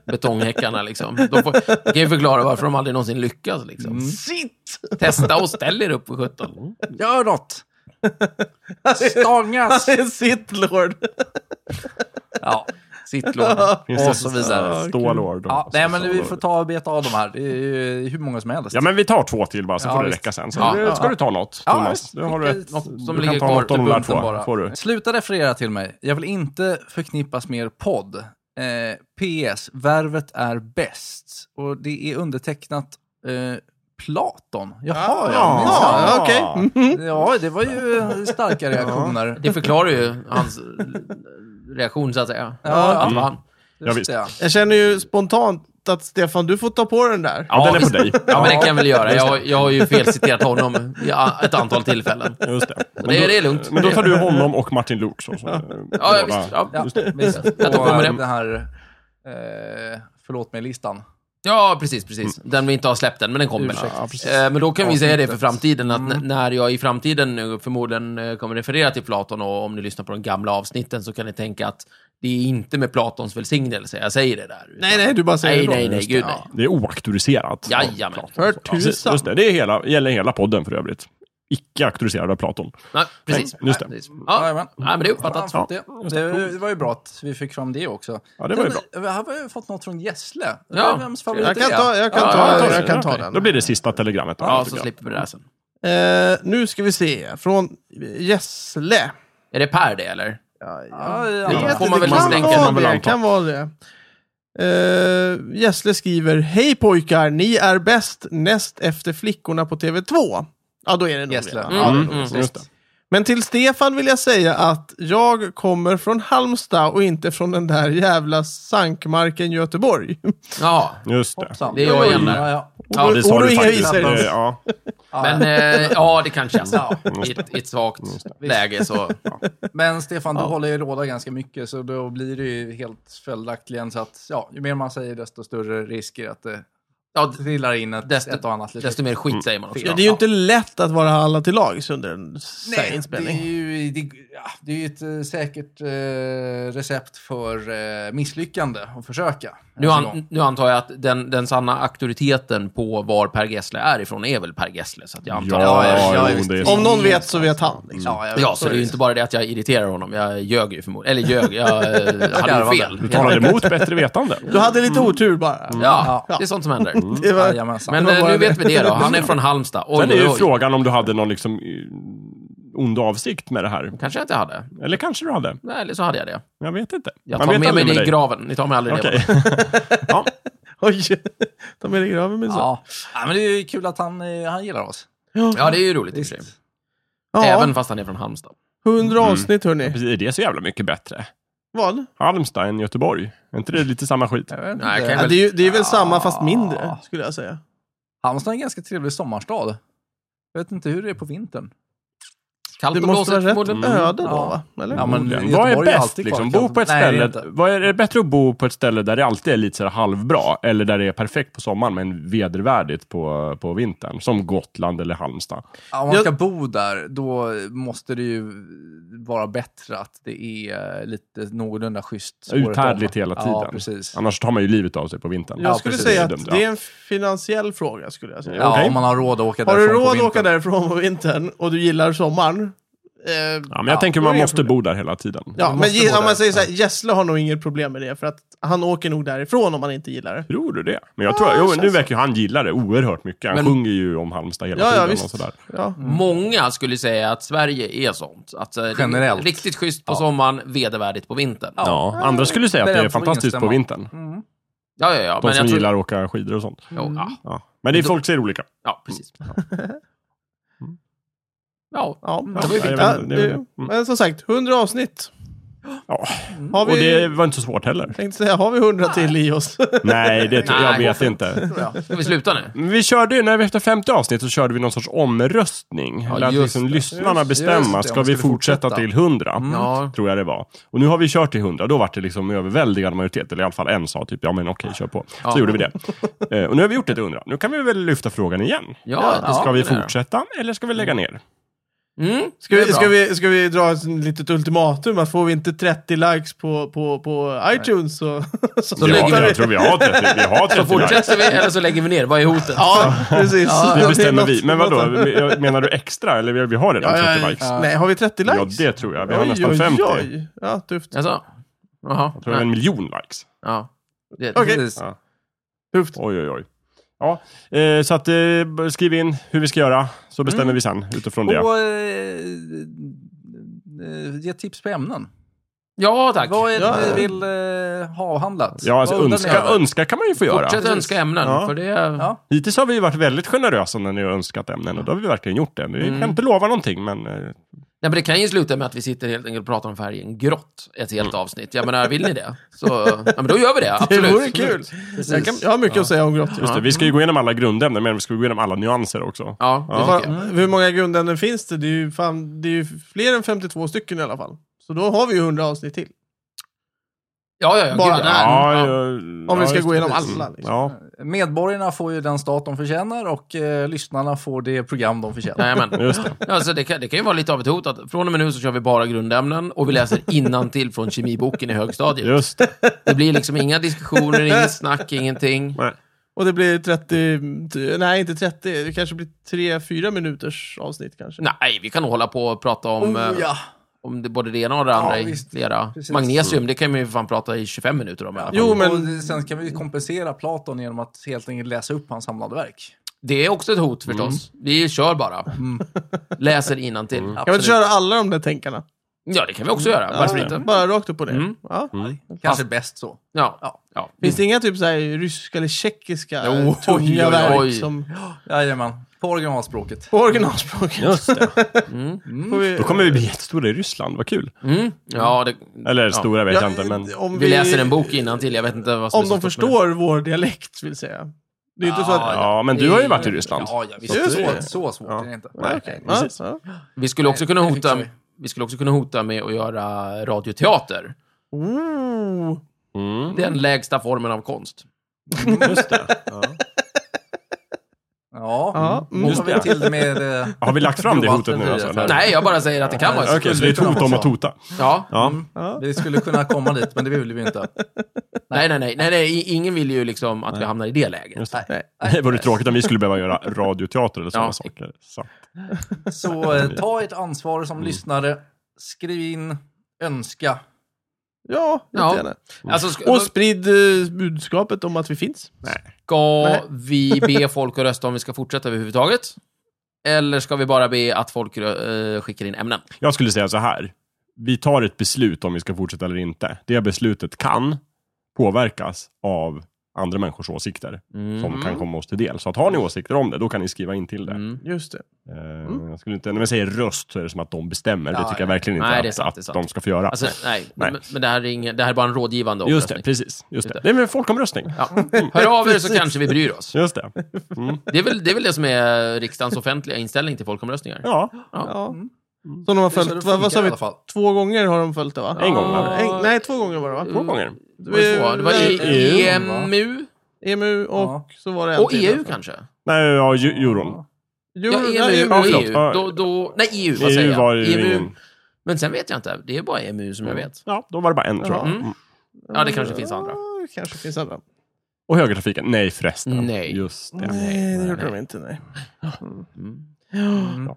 betonghäckarna? Liksom? De får, det kan ju förklara varför de aldrig någonsin lyckas. Liksom.
Sitt!
Testa och ställ er upp på 17.
Gör något! Stångas!
Han är sittlord.
ja.
Sittlåda
Finns det
och så vidare.
Stålord. och-
Ja, nej, men vi
Stålord.
får ta och beta av de här. Det är ju hur många som helst.
Ja, men vi tar två till bara, så
Ja,
får det
visst.
räcka sen. Så
Ja,
eh,
ja,
ska du ta något,
Ja,
Thomas?
visst.
Du har ett...
Något som
du
ligger
kan ta
kvar
något av
till
de där
bunten
två.
bara.
Får du.
Sluta referera till mig. Jag vill inte förknippas med er podd. Eh, PS. Värvet är bäst. Och det är undertecknat eh, Platon. Jaha, ja. minsann.
Ja, okej. Mm.
Ja, det var ju starka reaktioner.
Det förklarar ju hans reaktion, så att säga.
Ja.
Att det var han.
Ja, visst.
Ja,
Jag känner ju spontant att Stefan, du får ta på den där.
Ja, den är på
visst.
dig.
Ja, men det kan jag väl göra. Jag, jag har ju felciterat honom i a- ett antal tillfällen.
Just det. Men
det-
då-
det är lugnt.
Men då tar du honom och Martin Luuk. Så, så.
Ja, ja, visst. Ja,
ja,
just det.
visst.
Jag tar på mig
Och
det.
den här eh, förlåt mig-listan.
Ja, precis, precis. Den vi inte har släppt än, men den kommer.
Ursäkta.
Ja, precis. Eh, men då kan vi säga det för
Avsnittet.
framtiden, att n- när jag i framtiden nu förmodligen eh, kommer referera till Platon och om ni lyssnar på de gamla avsnitten så kan ni tänka att det är inte med Platons välsignelse jag säger det där.
Nej, nej, du bara säger
Nej,
det.
nej, nej, gud nej.
Det är oauktoriserat.
Jajamän.
För
Precis,
tusan.
just det. Det är hela, gäller hela podden för övrigt. Icke auktoriserad av Platon.
Nej, precis.
Nej, just det.
Precis. Ja,
Jajamän.
nej, men det är uppfattat.
Ja, det, det, det var ju bra att vi fick fram det också.
Ja, det var ju
Sen, Här har vi fått något från Gessle.
Ja.
Vems favorit
Jag kan
är?
ta, jag kan
Ja,
ta,
jag
jag kan ta
Okej,
den.
Då blir det sista telegrammet. då,
Ja,
tycker
så
jag.
slipper vi det här sen.
Eh, nu ska vi se. Från Gessle.
Är det Per det, eller?
Ja, jag
Ja, ja.
vet
Det får
inte.
man väl
kan
misstänka,
vara
man väl
det.
anta.
Kan vara det. Eh, Gessle skriver, hej pojkar, ni är bäst näst efter flickorna på TV2. Ja, då är det nog
Gessle.
det.
Mm,
Ja, det är nog
mm,
det.
Just det.
Men till Stefan vill jag säga att jag kommer från Halmstad och inte från den där jävla sankmarken Göteborg.
Ja,
Just det.
Hoppsan.
Det är jag igen där.
Ja, ja.
Ja, det sa
Oro
du
inga
faktiskt.
visor.
Eh, Ja.
men eh, ja, det kanske är I ett- i ett svagt läge så... Ja.
Men Stefan, du håller ju låda ganska mycket, så då blir det ju helt följaktligen så att ja, ju mer man säger, desto större risk är att det
Ja,
trillar in ett,
Desto-
ett och annat litet.
desto mer skit säger man också.
Ja, det är ju inte lätt att vara alla till lags under en
Nej, det Mm. är
inspelning.
ju, det, ja, det är ju ett eh, säkert eh, recept för eh, misslyckande att försöka.
Nu,
Alltså,
an, nu antar jag att den, den sanna auktoriteten på var Per Gessle är ifrån är väl Per Gessle. Så att jag antar
Ja,
att,
ja, Mm.
ja,
jo,
visst.
det är
Om någon vet så vet han. Liksom.
Ja, jag vet.
ja, så det är ju inte bara det att jag irriterar honom. Jag ljög ju förmodligen. Eller ljög, jag eh, hade
Skarvade.
ju fel.
Du talar emot bättre vetande.
Du hade
Mm.
lite otur bara.
Ja, det är sånt som händer.
Mm.
Det var-
Jajamensan.
Men
Det var
eh,
bara
nu
det.
vet vi det då. Han är från Halmstad. Oj,
Sen är ju
oj, oj.
frågan om du hade någon liksom eh, ond avsikt med det här.
Kanske jag inte hade.
Eller kanske du hade.
Nej, eller så hade jag det.
Jag vet inte.
Jag
Man
tar
vet
med mig
aldrig
det i
dig.
graven. Ni tar mig aldrig
Okej.
det.
ja,
Oj, ta med dig i graven minsann.
Ja. ja, men det är ju kul att han, eh, han gillar oss.
Ja, det är ju roligt i och för sig.
Ja,
Även fast han är från Halmstad.
100
Mm.
avsnitt hörni.
precis. Det är så jävla mycket bättre.
Vad?
Halmstad än Göteborg. Är inte det lite samma skit?
Jag vet inte.
Nej, kan
Ja,
jag
det, är
väl...
ju, det är väl samma fast mindre, skulle jag säga.
Halmstad är en ganska trevlig sommarstad. Jag vet inte hur det är på vintern.
Kallt
Det
och
måste vara
blåsigt
rätt
förmodligen.
Mm.
öde då,
Ja.
va? Eller?
Mm. Ja, men
Förmodligen.
Göteborg
vad
är
är bäst?
alltid
liksom?
kvar,
Bo på ett
kanske. Nej, det är
ställe.
inte.
vad är, är det bättre att bo på ett ställe där det alltid är lite så här halvbra, eller där det är perfekt på sommaren men vedervärdigt på, på vintern? Som Gotland eller Halmstad.
Ja, om man
Jag-
ska bo där, då måste det ju vara bättre att det är lite någorlunda schysst. året om.
Uthärdligt hela tiden.
Ja, precis.
Annars tar man ju livet av sig på vintern.
jag skulle
precis.
säga
dumt,
att
ja.
det är en finansiell fråga, skulle jag säga.
Ja,
Okej.
om man har råd att åka
Har du
därifrån på
råd att åka
vintern.
därifrån på vintern och du gillar sommaren, Eh,
Ja, men jag tänker
då är
man
det
måste
problem.
bo där hela tiden.
Ja,
Man
men
måste bo
ge- om
där.
man säger så här, Gessle har nog inget problem med det, för att han åker nog därifrån om han inte gillar det.
Tror du det? Men jag tror, jo, nu verkar ju han gilla det oerhört mycket. Han
Men-
sjunger ju om Halmstad hela
Ja, ja,
tiden och
visst.
sådär. Mm.
Ja.
Många skulle säga att Sverige är sånt. Att, eh, det är
Generellt.
Riktigt schysst på sommaren, vedervärdigt på vintern. Ja,
Ja, andra skulle säga att det är
Beredd på
fantastiskt på
instämma.
vintern.
ja, ja.
De
men
som
jag tror-
gillar att åka skidor och sånt.
Jo, ja,
Ja. Men det är folk ser olika.
ja, precis. Ja,
Ja,
det var ju fint.
Ja,
Jag vet inte, det är
det-
väl det. Mm.
Men som sagt, 100 avsnitt.
Ja.
Har vi,
Och det var inte så svårt heller.
tänkte säga, har vi 100 till i oss?
Nej, det tror jag
Nej.
vet inte.
ska vi sluta nu?
Men Vi körde ju, när vi efter 50 avsnitt så körde vi någon sorts omröstning.
Ja,
Ja, att
just
liksom
det.
lyssnarna
Just-
bestämma,
just det,
ska
om
vi
vi skulle
fortsätta,
fortsätta.
till 100?
Ja.
Tror jag det var. Och nu har vi kört till 100, då var det liksom överväldigande majoritet. Eller i alla fall en sa typ, ja men okej, kör på. Så
Ja.
gjorde vi det. Eh, Och nu har vi gjort det till 100. Nu kan vi väl lyfta frågan igen.
Ja, det
ska
ska
vi
vi göra.
fortsätta eller ska vi lägga ner?
Mm.
Ska vi, ska, vi, ska vi dra ett litet ultimatum? Att får vi inte 30 likes på, på, på iTunes så... så,
Så
ja,
lägger vi.
jag tror vi har 30. Vi har 30 likes.
Fortsätter vi eller så lägger vi ner? Vad är hotet?
Ja, precis.
Ja,
Det
Det
är
bestämmer
något-
vi. Men
något
vadå,
annat.
menar du extra eller vi- vi har redan
Ja,
30
ja,
likes?
Nej, har vi 30 likes?
Ja, det tror jag. Vi har
Oj,
nästan
oj,
50. Jag
oj. Ja, tufft.
Alltså, jaha.
tror det är en miljon likes.
Ja. Det,
Okej.
Precis.
Ja.
Tufft.
Oj, oj, oj. Ja, eh, så att eh, b- skriv in hur vi ska göra, så bestämmer
Mm.
vi sen utifrån det.
Och eh, eh, ge tips på ämnen.
Ja, tack.
Vad är det
Ja.
ni vill eh, ha avhandlat?
Ja, alltså
Vad undrar ni
önska,
över?
önska kan man ju få göra.
Fortsätt önska ämnen,
Ja.
för det...
Ja.
Hittills har vi ju varit väldigt generösa när ni har önskat ämnen och då har vi verkligen gjort det. Vi
Mm.
kan inte lova någonting, men eh,
Nej, men det kan ju sluta med att vi sitter helt enkelt och pratar om färgen grått ett helt avsnitt. Jag menar, vill ni det? Så, ja, men då gör vi det,
Det
absolut.
vore kul. Jag, kan, jag har mycket att säga om grottor.
just det, vi ska ju gå igenom alla grundämnen, men vi ska gå igenom alla nyanser också.
Ja, det
Ja.
tycker jag.
Hur många grundämnen finns det? Det är, ju fan, det är ju fler än 52 stycken i alla fall. Så då har vi ju 100 avsnitt till.
Ja, ja, ja.
Bara
gud,
där.
ja.
Ja,
Ja.
ja,
vi ska
just
gå
det.
igenom
Mm.
alla, liksom.
Ja.
Medborgarna får ju den stat de förtjänar och eh, lyssnarna får det program de förtjänar.
Nej, men.
Just det.
Alltså, det, kan, det kan ju vara lite av ett hot att från och med nu så kör vi bara grundämnen och vi läser innantill från kemiboken i högstadiet.
Just det.
Det blir liksom inga diskussioner, inget snack, ingenting.
Nej.
Och det blir 30, t- nej inte 30, det kanske blir 3-4 minuters avsnitt kanske.
Nej, vi kan nog hålla på och prata om,
Oh,
eh,
Oh, ja.
om det, både det ena och det andra
Ja,
i
visst.
flera.
Precis.
Magnesium, det kan vi ju fan prata i 25 minuter om i alla fall.
Jo,
Och
men
det- sen kan vi kompensera Platon genom att helt enkelt läsa upp hans samlade verk.
Det är också ett hot förstås.
Mm.
Vi kör bara. Läser innantill.
kan vi
Absolut.
inte köra alla de där tänkarna?
Ja, det kan vi också göra. Varför
Ja,
inte?
Bara rakt upp på det.
Mm.
Ja.
Kanske bäst så.
Ja.
Ja.
ja.
Finns det inga typ så här ryska eller tjeckiska
Jo, oj,
tunga
oj,
verk
oj.
som...
Jajamän, på originalspråket.
På originalspråket. Mm.
Just det.
Får vi-
Mm. Då kommer vi bli jättestora i Ryssland, vad kul.
Mm. ja det,
Eller
ja.
stora vet
Ja,
jag inte, men...
om
Vi läser en bok innantill. Jag vet inte vad som är
Om
så
de
stort med
förstår vår dialekt, vill säga. Det är ju inte så att...
Ja, men du har ju varit i Ryssland.
Eh, Ja, ja visst.
Det är
Så,
ju
så,
det.
svårt
Ja.
är det inte.
Nej,
Nej,
Ah, okej. Ja,
precis.
så.
det. Vi skulle också kunna
det fixar
hota...
vi.
Vi skulle också kunna hota med att göra radioteater.
Oh.
Mm.
Den lägsta formen av konst.
Just det.
Ja,
Ja, mm.
Då tar vi
Just det.
till det med... eh,
Har vi lagt fram det hotet nu alltså?
Eller?
eller?
Nej, jag bara säger att det kan vara
Okej,
så.
så det är ett hot om att hota.
Ja.
Ja.
Vi mm. skulle kunna komma dit, men det vill vi inte.
Nej, nej, nej, nej, nej. i- Ingen vill ju liksom att vi hamnar i det läget.
Just det. Det vore tråkigt om vi skulle behöva göra radioteater eller sådana
Ja.
saker. Så.
Så eh, ta ert ansvar som lyssnare. Skriv in, önska.
Ja,
Ja.
jättegärna.
Alltså, ska,
Och sprid eh, budskapet om att vi finns.
ska
Nej.
vi be folk att rösta om vi ska fortsätta överhuvudtaget? Eller ska vi bara be att folk eh, skickar in ämnen?
Jag skulle säga så här. Vi tar ett beslut om vi ska fortsätta eller inte. Det beslutet kan påverkas av andra människors åsikter
Mm.
som kan komma oss till del. Så att har ni åsikter om det, då kan ni skriva in till det.
Mm.
Just det.
Eh, Jag skulle inte, när man säger röst så är det som att de bestämmer. det tycker jag verkligen inte
Nej,
att,
det är sant, det är
att
sant.
de ska få göra.
Alltså, nej,
Nej.
Men, men det, här är ingen, det här är bara en rådgivande
Just det,
omröstning.
precis. Just det.
det.
det är en folkomröstning.
Ja. Hör av er så kanske vi bryr oss.
Just det. Mm.
Det är, väl, det är väl det som är riksdagens offentliga inställning till folkomröstningar.
Ja,
Ja.
Mm.
Så de har
så det
följt, vad, vad sa
funkar i
vi,
alla fall.
två gånger har de följt det va?
en gång. va?
Ja.
En, nej, två gånger var det va?
Mm.
Två gånger.
Det var, det så. Det var i-
EU,
EMU
EMU och
Ja.
så var det en
och
till.
EU kanske?
Nej, ja, ju- euron.
Jo,
Ja, E
nej, E
EMU
EMU.
och
förlåt.
EU.
alltså. Ja.
Då, då, nej, EU, vad säger
EU var
jag?
ju
EMU.
ingen...
Men sen vet jag inte. Det är bara EMU som jag vet.
Ja, då var det bara en tror jag.
Ja.
Mm.
Ja, det kanske finns andra.
Ja, det kanske finns andra.
Och högertrafiken? Nej förresten.
Nej.
Just det.
Nej, det gjorde de inte. Nej.
Mm.
Ja.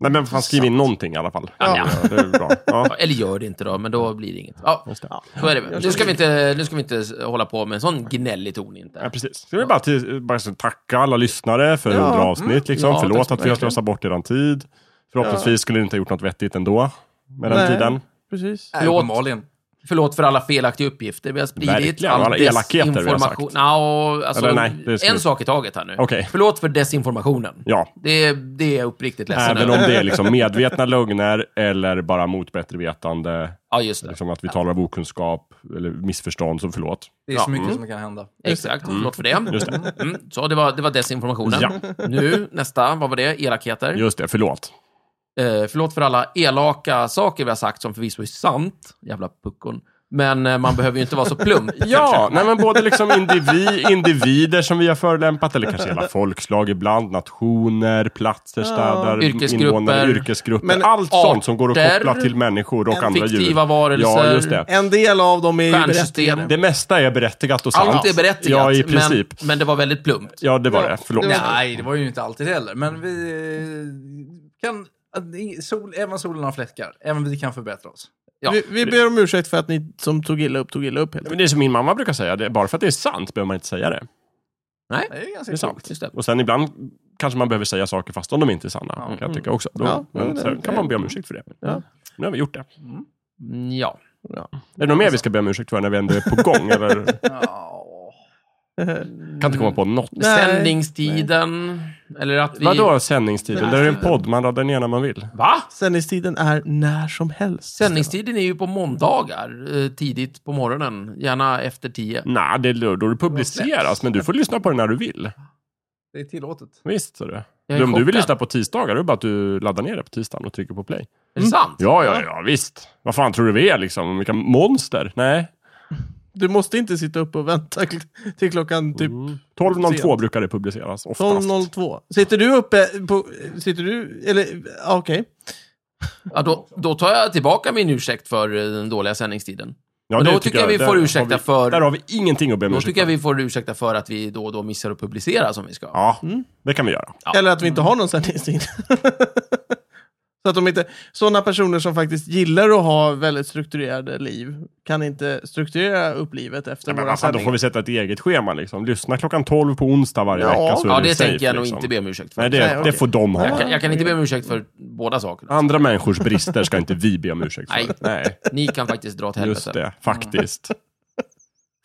Nej, men fan skriv in någonting i alla fall. Ja. det är bra.
Ja,
Ja.
eller gör det inte då, men då blir det inget. Ja,
Just det.
så är det väl. Nu ska vi inte, nu ska vi inte hålla på med en sån gnällig ton
Ja,
inte.
precis. Ska vi bara, till, bara så tacka alla lyssnare för hundra avsnitt. Liksom.
Mm. Ja,
Förlåt
tack så
att vi har
mycket.
slösat bort er tid. Förhoppningsvis skulle ni inte ha gjort något vettigt ändå med den
Nej.
tiden.
Precis.
Nej,
Låt.
uppenbarligen.
Förlåt för alla felaktiga uppgifter. Vi har spridit
Verkligen,
all
alla elakheter vi har
desinformation.
sagt.
Nå, alltså,
Eller nej, det ska
en
vi-
sak i taget här nu.
Okej.
Förlåt för desinformationen.
Ja,
Det, det är jag uppriktigt ledsen
även
över.
om det är liksom medvetna lögner eller bara mot bättre vetande.
Ja, just det.
Liksom att vi talar av okunskap eller missförstånd, så förlåt.
Det är så mycket som kan hända.
Exakt, förlåt för det. Mm. Så det var, det var desinformationen.
Ja.
Nu, nästa, vad var det? Elakheter.
Just det, förlåt.
Eh, förlåt för alla elaka saker vi har sagt som förvisso är sant. Jävla puckon. Men eh, man behöver ju inte vara så plump.
Ja, nej men både liksom indivi, individer som vi har förolämpat, eller kanske hela folkslag ibland, nationer, platser, städer,
Yrkesgrupper.
invånare, yrkesgrupper.
Men
allt sånt som går att
arter,
koppla till människor och andra djur.
fiktiva varelser.
Ja, just det.
En del av dem är ju
Stjärnsystem.
berättigade.
Det mesta är berättigat och sant.
Allt är berättigat,
Ja, i princip.
Men, men det var väldigt plumpt.
Ja, det var det. Förlåt.
Nej, det var ju inte alltid heller. Men vi eh, kan... att- Sol, även solen har fläckar. Även vi kan förbättra oss.
Ja.
Vi, vi ber om ursäkt för att ni som tog illa upp tog illa upp. Helt.
Men det är som min mamma brukar säga, det, är bara för att det är sant behöver man inte säga det.
Nej,
Det är ganska
Det är sant.
just det.
Och sen ibland kanske man behöver säga saker fast om de inte är sanna, kan jag tycka också. Då,
Ja,
men,
det-
sen kan man be om ursäkt för det.
Ja.
Nu har vi gjort det.
Mm, Ja.
Är det något mer vi ska be om ursäkt för när vi ändå är på gång? Eller?
Ja.
Kan inte komma på något.
Nej.
Sändningstiden. Eller att vi...
Vadå sändningstiden? Det är en podd, man laddar ner när man vill.
Va?
Sändningstiden är när som helst.
Sändningstiden är ju på måndagar, eh, tidigt på morgonen. Gärna efter tio.
Nej, det är då det publiceras, men du får lyssna på det när du vill.
Det är tillåtet.
Visst, så det.
Jag är
Om du
chockad.
vill lyssna på tisdagar, då är det bara att du laddar ner det på tisdagen och trycker på play.
Är det sant?
Ja, ja, ja, visst. Vad fan tror du vi är liksom? Vilka monster? Nej.
Du måste inte sitta upp och vänta kl- till klockan typ
12.02 brukar det publiceras oftast.
12.02. Sitter du uppe på... Sitter du... Eller ja, okej.
Ja, då, då tar jag tillbaka min ursäkt för eh, den dåliga sändningstiden.
Ja,
Men
det
då tycker jag vi
där
får
har
ursäkta
vi,
för-
Där har vi ingenting att be om
Då
ursäkt
tycker jag
för.
vi får ursäkta för att vi då och då missar att publicera som vi ska.
Ja, det kan vi göra.
Eller att vi inte har någon sändningstid. Så att de inte, sådana personer som faktiskt gillar att ha väldigt strukturerade liv kan inte strukturera upp livet efter
Ja, men
våra
vad fan, då får
sändningar.
vi sätta ett eget schema liksom. Lyssna klockan 12 på onsdag varje
Ja.
vecka så är
Ja,
du
det
safe,
tänker jag nog
liksom.
inte be om ursäkt för.
Nej, det,
Nej, okej.
det får de ha.
jag, kan, jag kan inte be om ursäkt för båda sakerna.
Andra människors brister ska inte vi be om ursäkt för.
Nej.
Nej,
Ni kan faktiskt dra åt
just
helvete.
det. Faktiskt.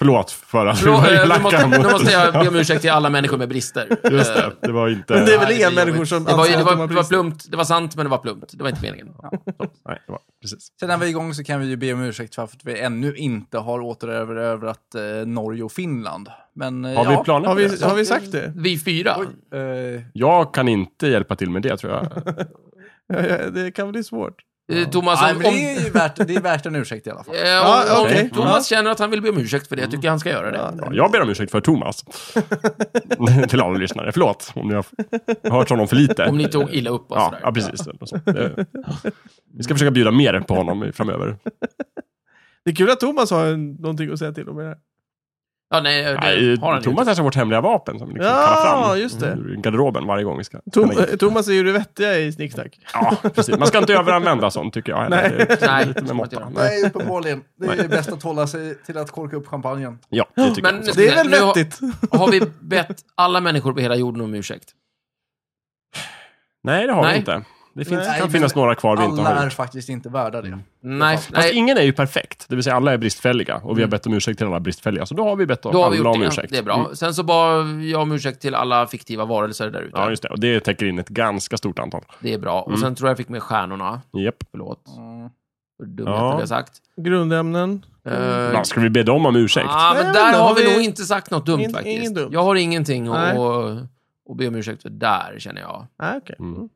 Förlåt för att vi
Förlåt,
var
eh, nu,
elaka
måste,
mot
nu måste jag
oss.
be om ursäkt till alla människor med brister.
Just det, det var inte...
Men det är väl
Nej,
inga
blir jobbigt.
människor som alltså,
det var,
anser
det
att
var,
de har
det var
brister.
plumpt, det var sant men det var plumpt. Det var inte meningen.
Nej, det var... Precis.
Sen när vi är igång så kan vi ju be om ursäkt för att vi ännu inte har återerövrat eh, Norge och Finland. Men eh,
Har vi
ja,
planer
Har
på
vi,
det?
har vi sagt det?
Vi fyra.
eh,
Jag kan inte hjälpa till med det, tror jag.
Ja, ja, det kan bli svårt.
Eh, Thomas,
nej,
om,
men
om,
det är ju värt, det är värt en ursäkt i alla fall.
eh, om,
Ja, Mm. okej.
om Thomas känner att han vill be om ursäkt för det, jag tycker han ska göra det.
Ja, jag ber om ursäkt för Thomas. till alla lyssnare. Förlåt om ni har hört honom för lite.
Om ni tog illa upp och
Ja,
sådär.
ja precis. Eller så. Det- Eh, Vi ska försöka bjuda mer på honom framöver.
Det är kul att Thomas har en, någonting att säga till om i det här.
Ja, nej, det
Nej,
har han
Thomas
inte.
är vårt hemliga vapen som vi liksom
Ja,
kallar fram
just det.
ur garderoben varje gång vi ska
Tom, eh, Thomas är ju det vettiga i Snicksnack.
Ja, precis. Man ska inte överanvända sånt, tycker jag.
Nej.
Det är
Nej,
lite
det
med
ska man inte
måtta.
göra.
Nej.
Nej, uppenbarligen. Det är bäst att hålla sig till att korka upp champagnen.
Ja, det tycker
Men
jag.
nu
också.
Det är väl
Nu har-
vettigt?
Har vi bett alla människor på hela jorden om ursäkt?
Nej, det har
Nej.
vi inte. Det finns,
Nej,
kan
men
finnas några kvar vi inte har
Alla är
gjort.
faktiskt inte värda det.
Nej,
Fast
nej.
ingen är ju perfekt, det vill säga alla är bristfälliga. Och vi har bett om ursäkt till alla bristfälliga, så då har vi bett om
Då har vi
alla
gjort
om
det. ja.
ursäkt. Mm.
Det är bra. Sen så bad jag om ursäkt till alla fiktiva varelser där ute.
Ja, just det. Och det täcker in ett ganska stort antal.
Det är bra. Och sen tror jag jag fick med stjärnorna.
Japp.
Förlåt.
Mm.
För dumheten
Ja. Mm.
vi har sagt.
Grundämnen.
Eh,
Ja, Ska vi be dem om ursäkt?
Ja, men
Nej,
där
men då
har
har
vi
vi-
nog inte sagt något dumt
Ingen-
faktiskt.
ingen dumt.
Jag har ingenting att,
Nej.
att be om ursäkt för där, känner jag.
Ah, okay.
Mm.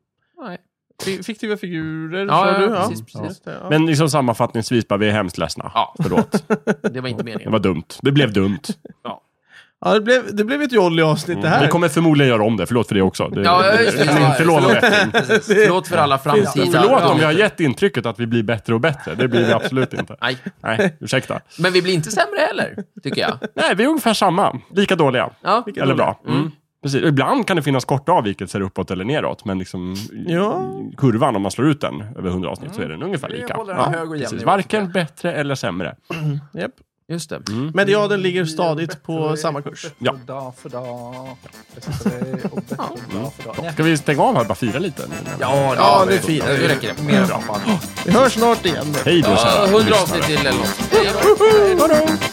Nej.
Fi- Fiktiva figurer,
Ja,
sa
ja,
du?
precis, precis.
Just det, ja.
Men liksom sammanfattningsvis, bara, vi är hemskt ledsna.
Ja.
Förlåt,
Det var inte
det
meningen.
var dumt. Det blev dumt. Mm.
ja, det, blev, det blev ett jolly avsnitt det
Vi
här.
kommer förmodligen göra om det, förlåt för det också. Det,
Ja,
det,
just
det kan
det.
vi inte lova
Förlåt.
bättre.
Förlåt för alla framtida...
Förlåt om vi har gett intrycket att vi blir bättre och bättre. Det blir vi absolut inte.
Nej.
Nej, ursäkta.
Men vi blir inte sämre heller, tycker jag.
Nej, vi är ungefär samma. Lika dåliga.
Ja.
Eller bra. Mm. Precis. Och Ibland kan det finnas korta avvikelser uppåt eller neråt, men liksom
Ja.
kurvan, om man slår ut den över 100 avsnitt, så är den ungefär
Det
lika.
Mm. håller en
Ja,
hög och jämn
precis.
nivå.
Varken bättre eller sämre.
Japp.
Just det.
Mediaden ligger stadigt på samma kurs.
Ja.
Och Dag för dag. Bättre och bättre dag för dag. Nej,
Ska vi stänga av här bara fira lite?
Ja,
Ja, det är fint.
Det räcker det.
Mer bra.
Vi hörs snart igen.
Hej då,
Ja,
kära
100
lyssnare.
avsnitt till eller något. Hej då.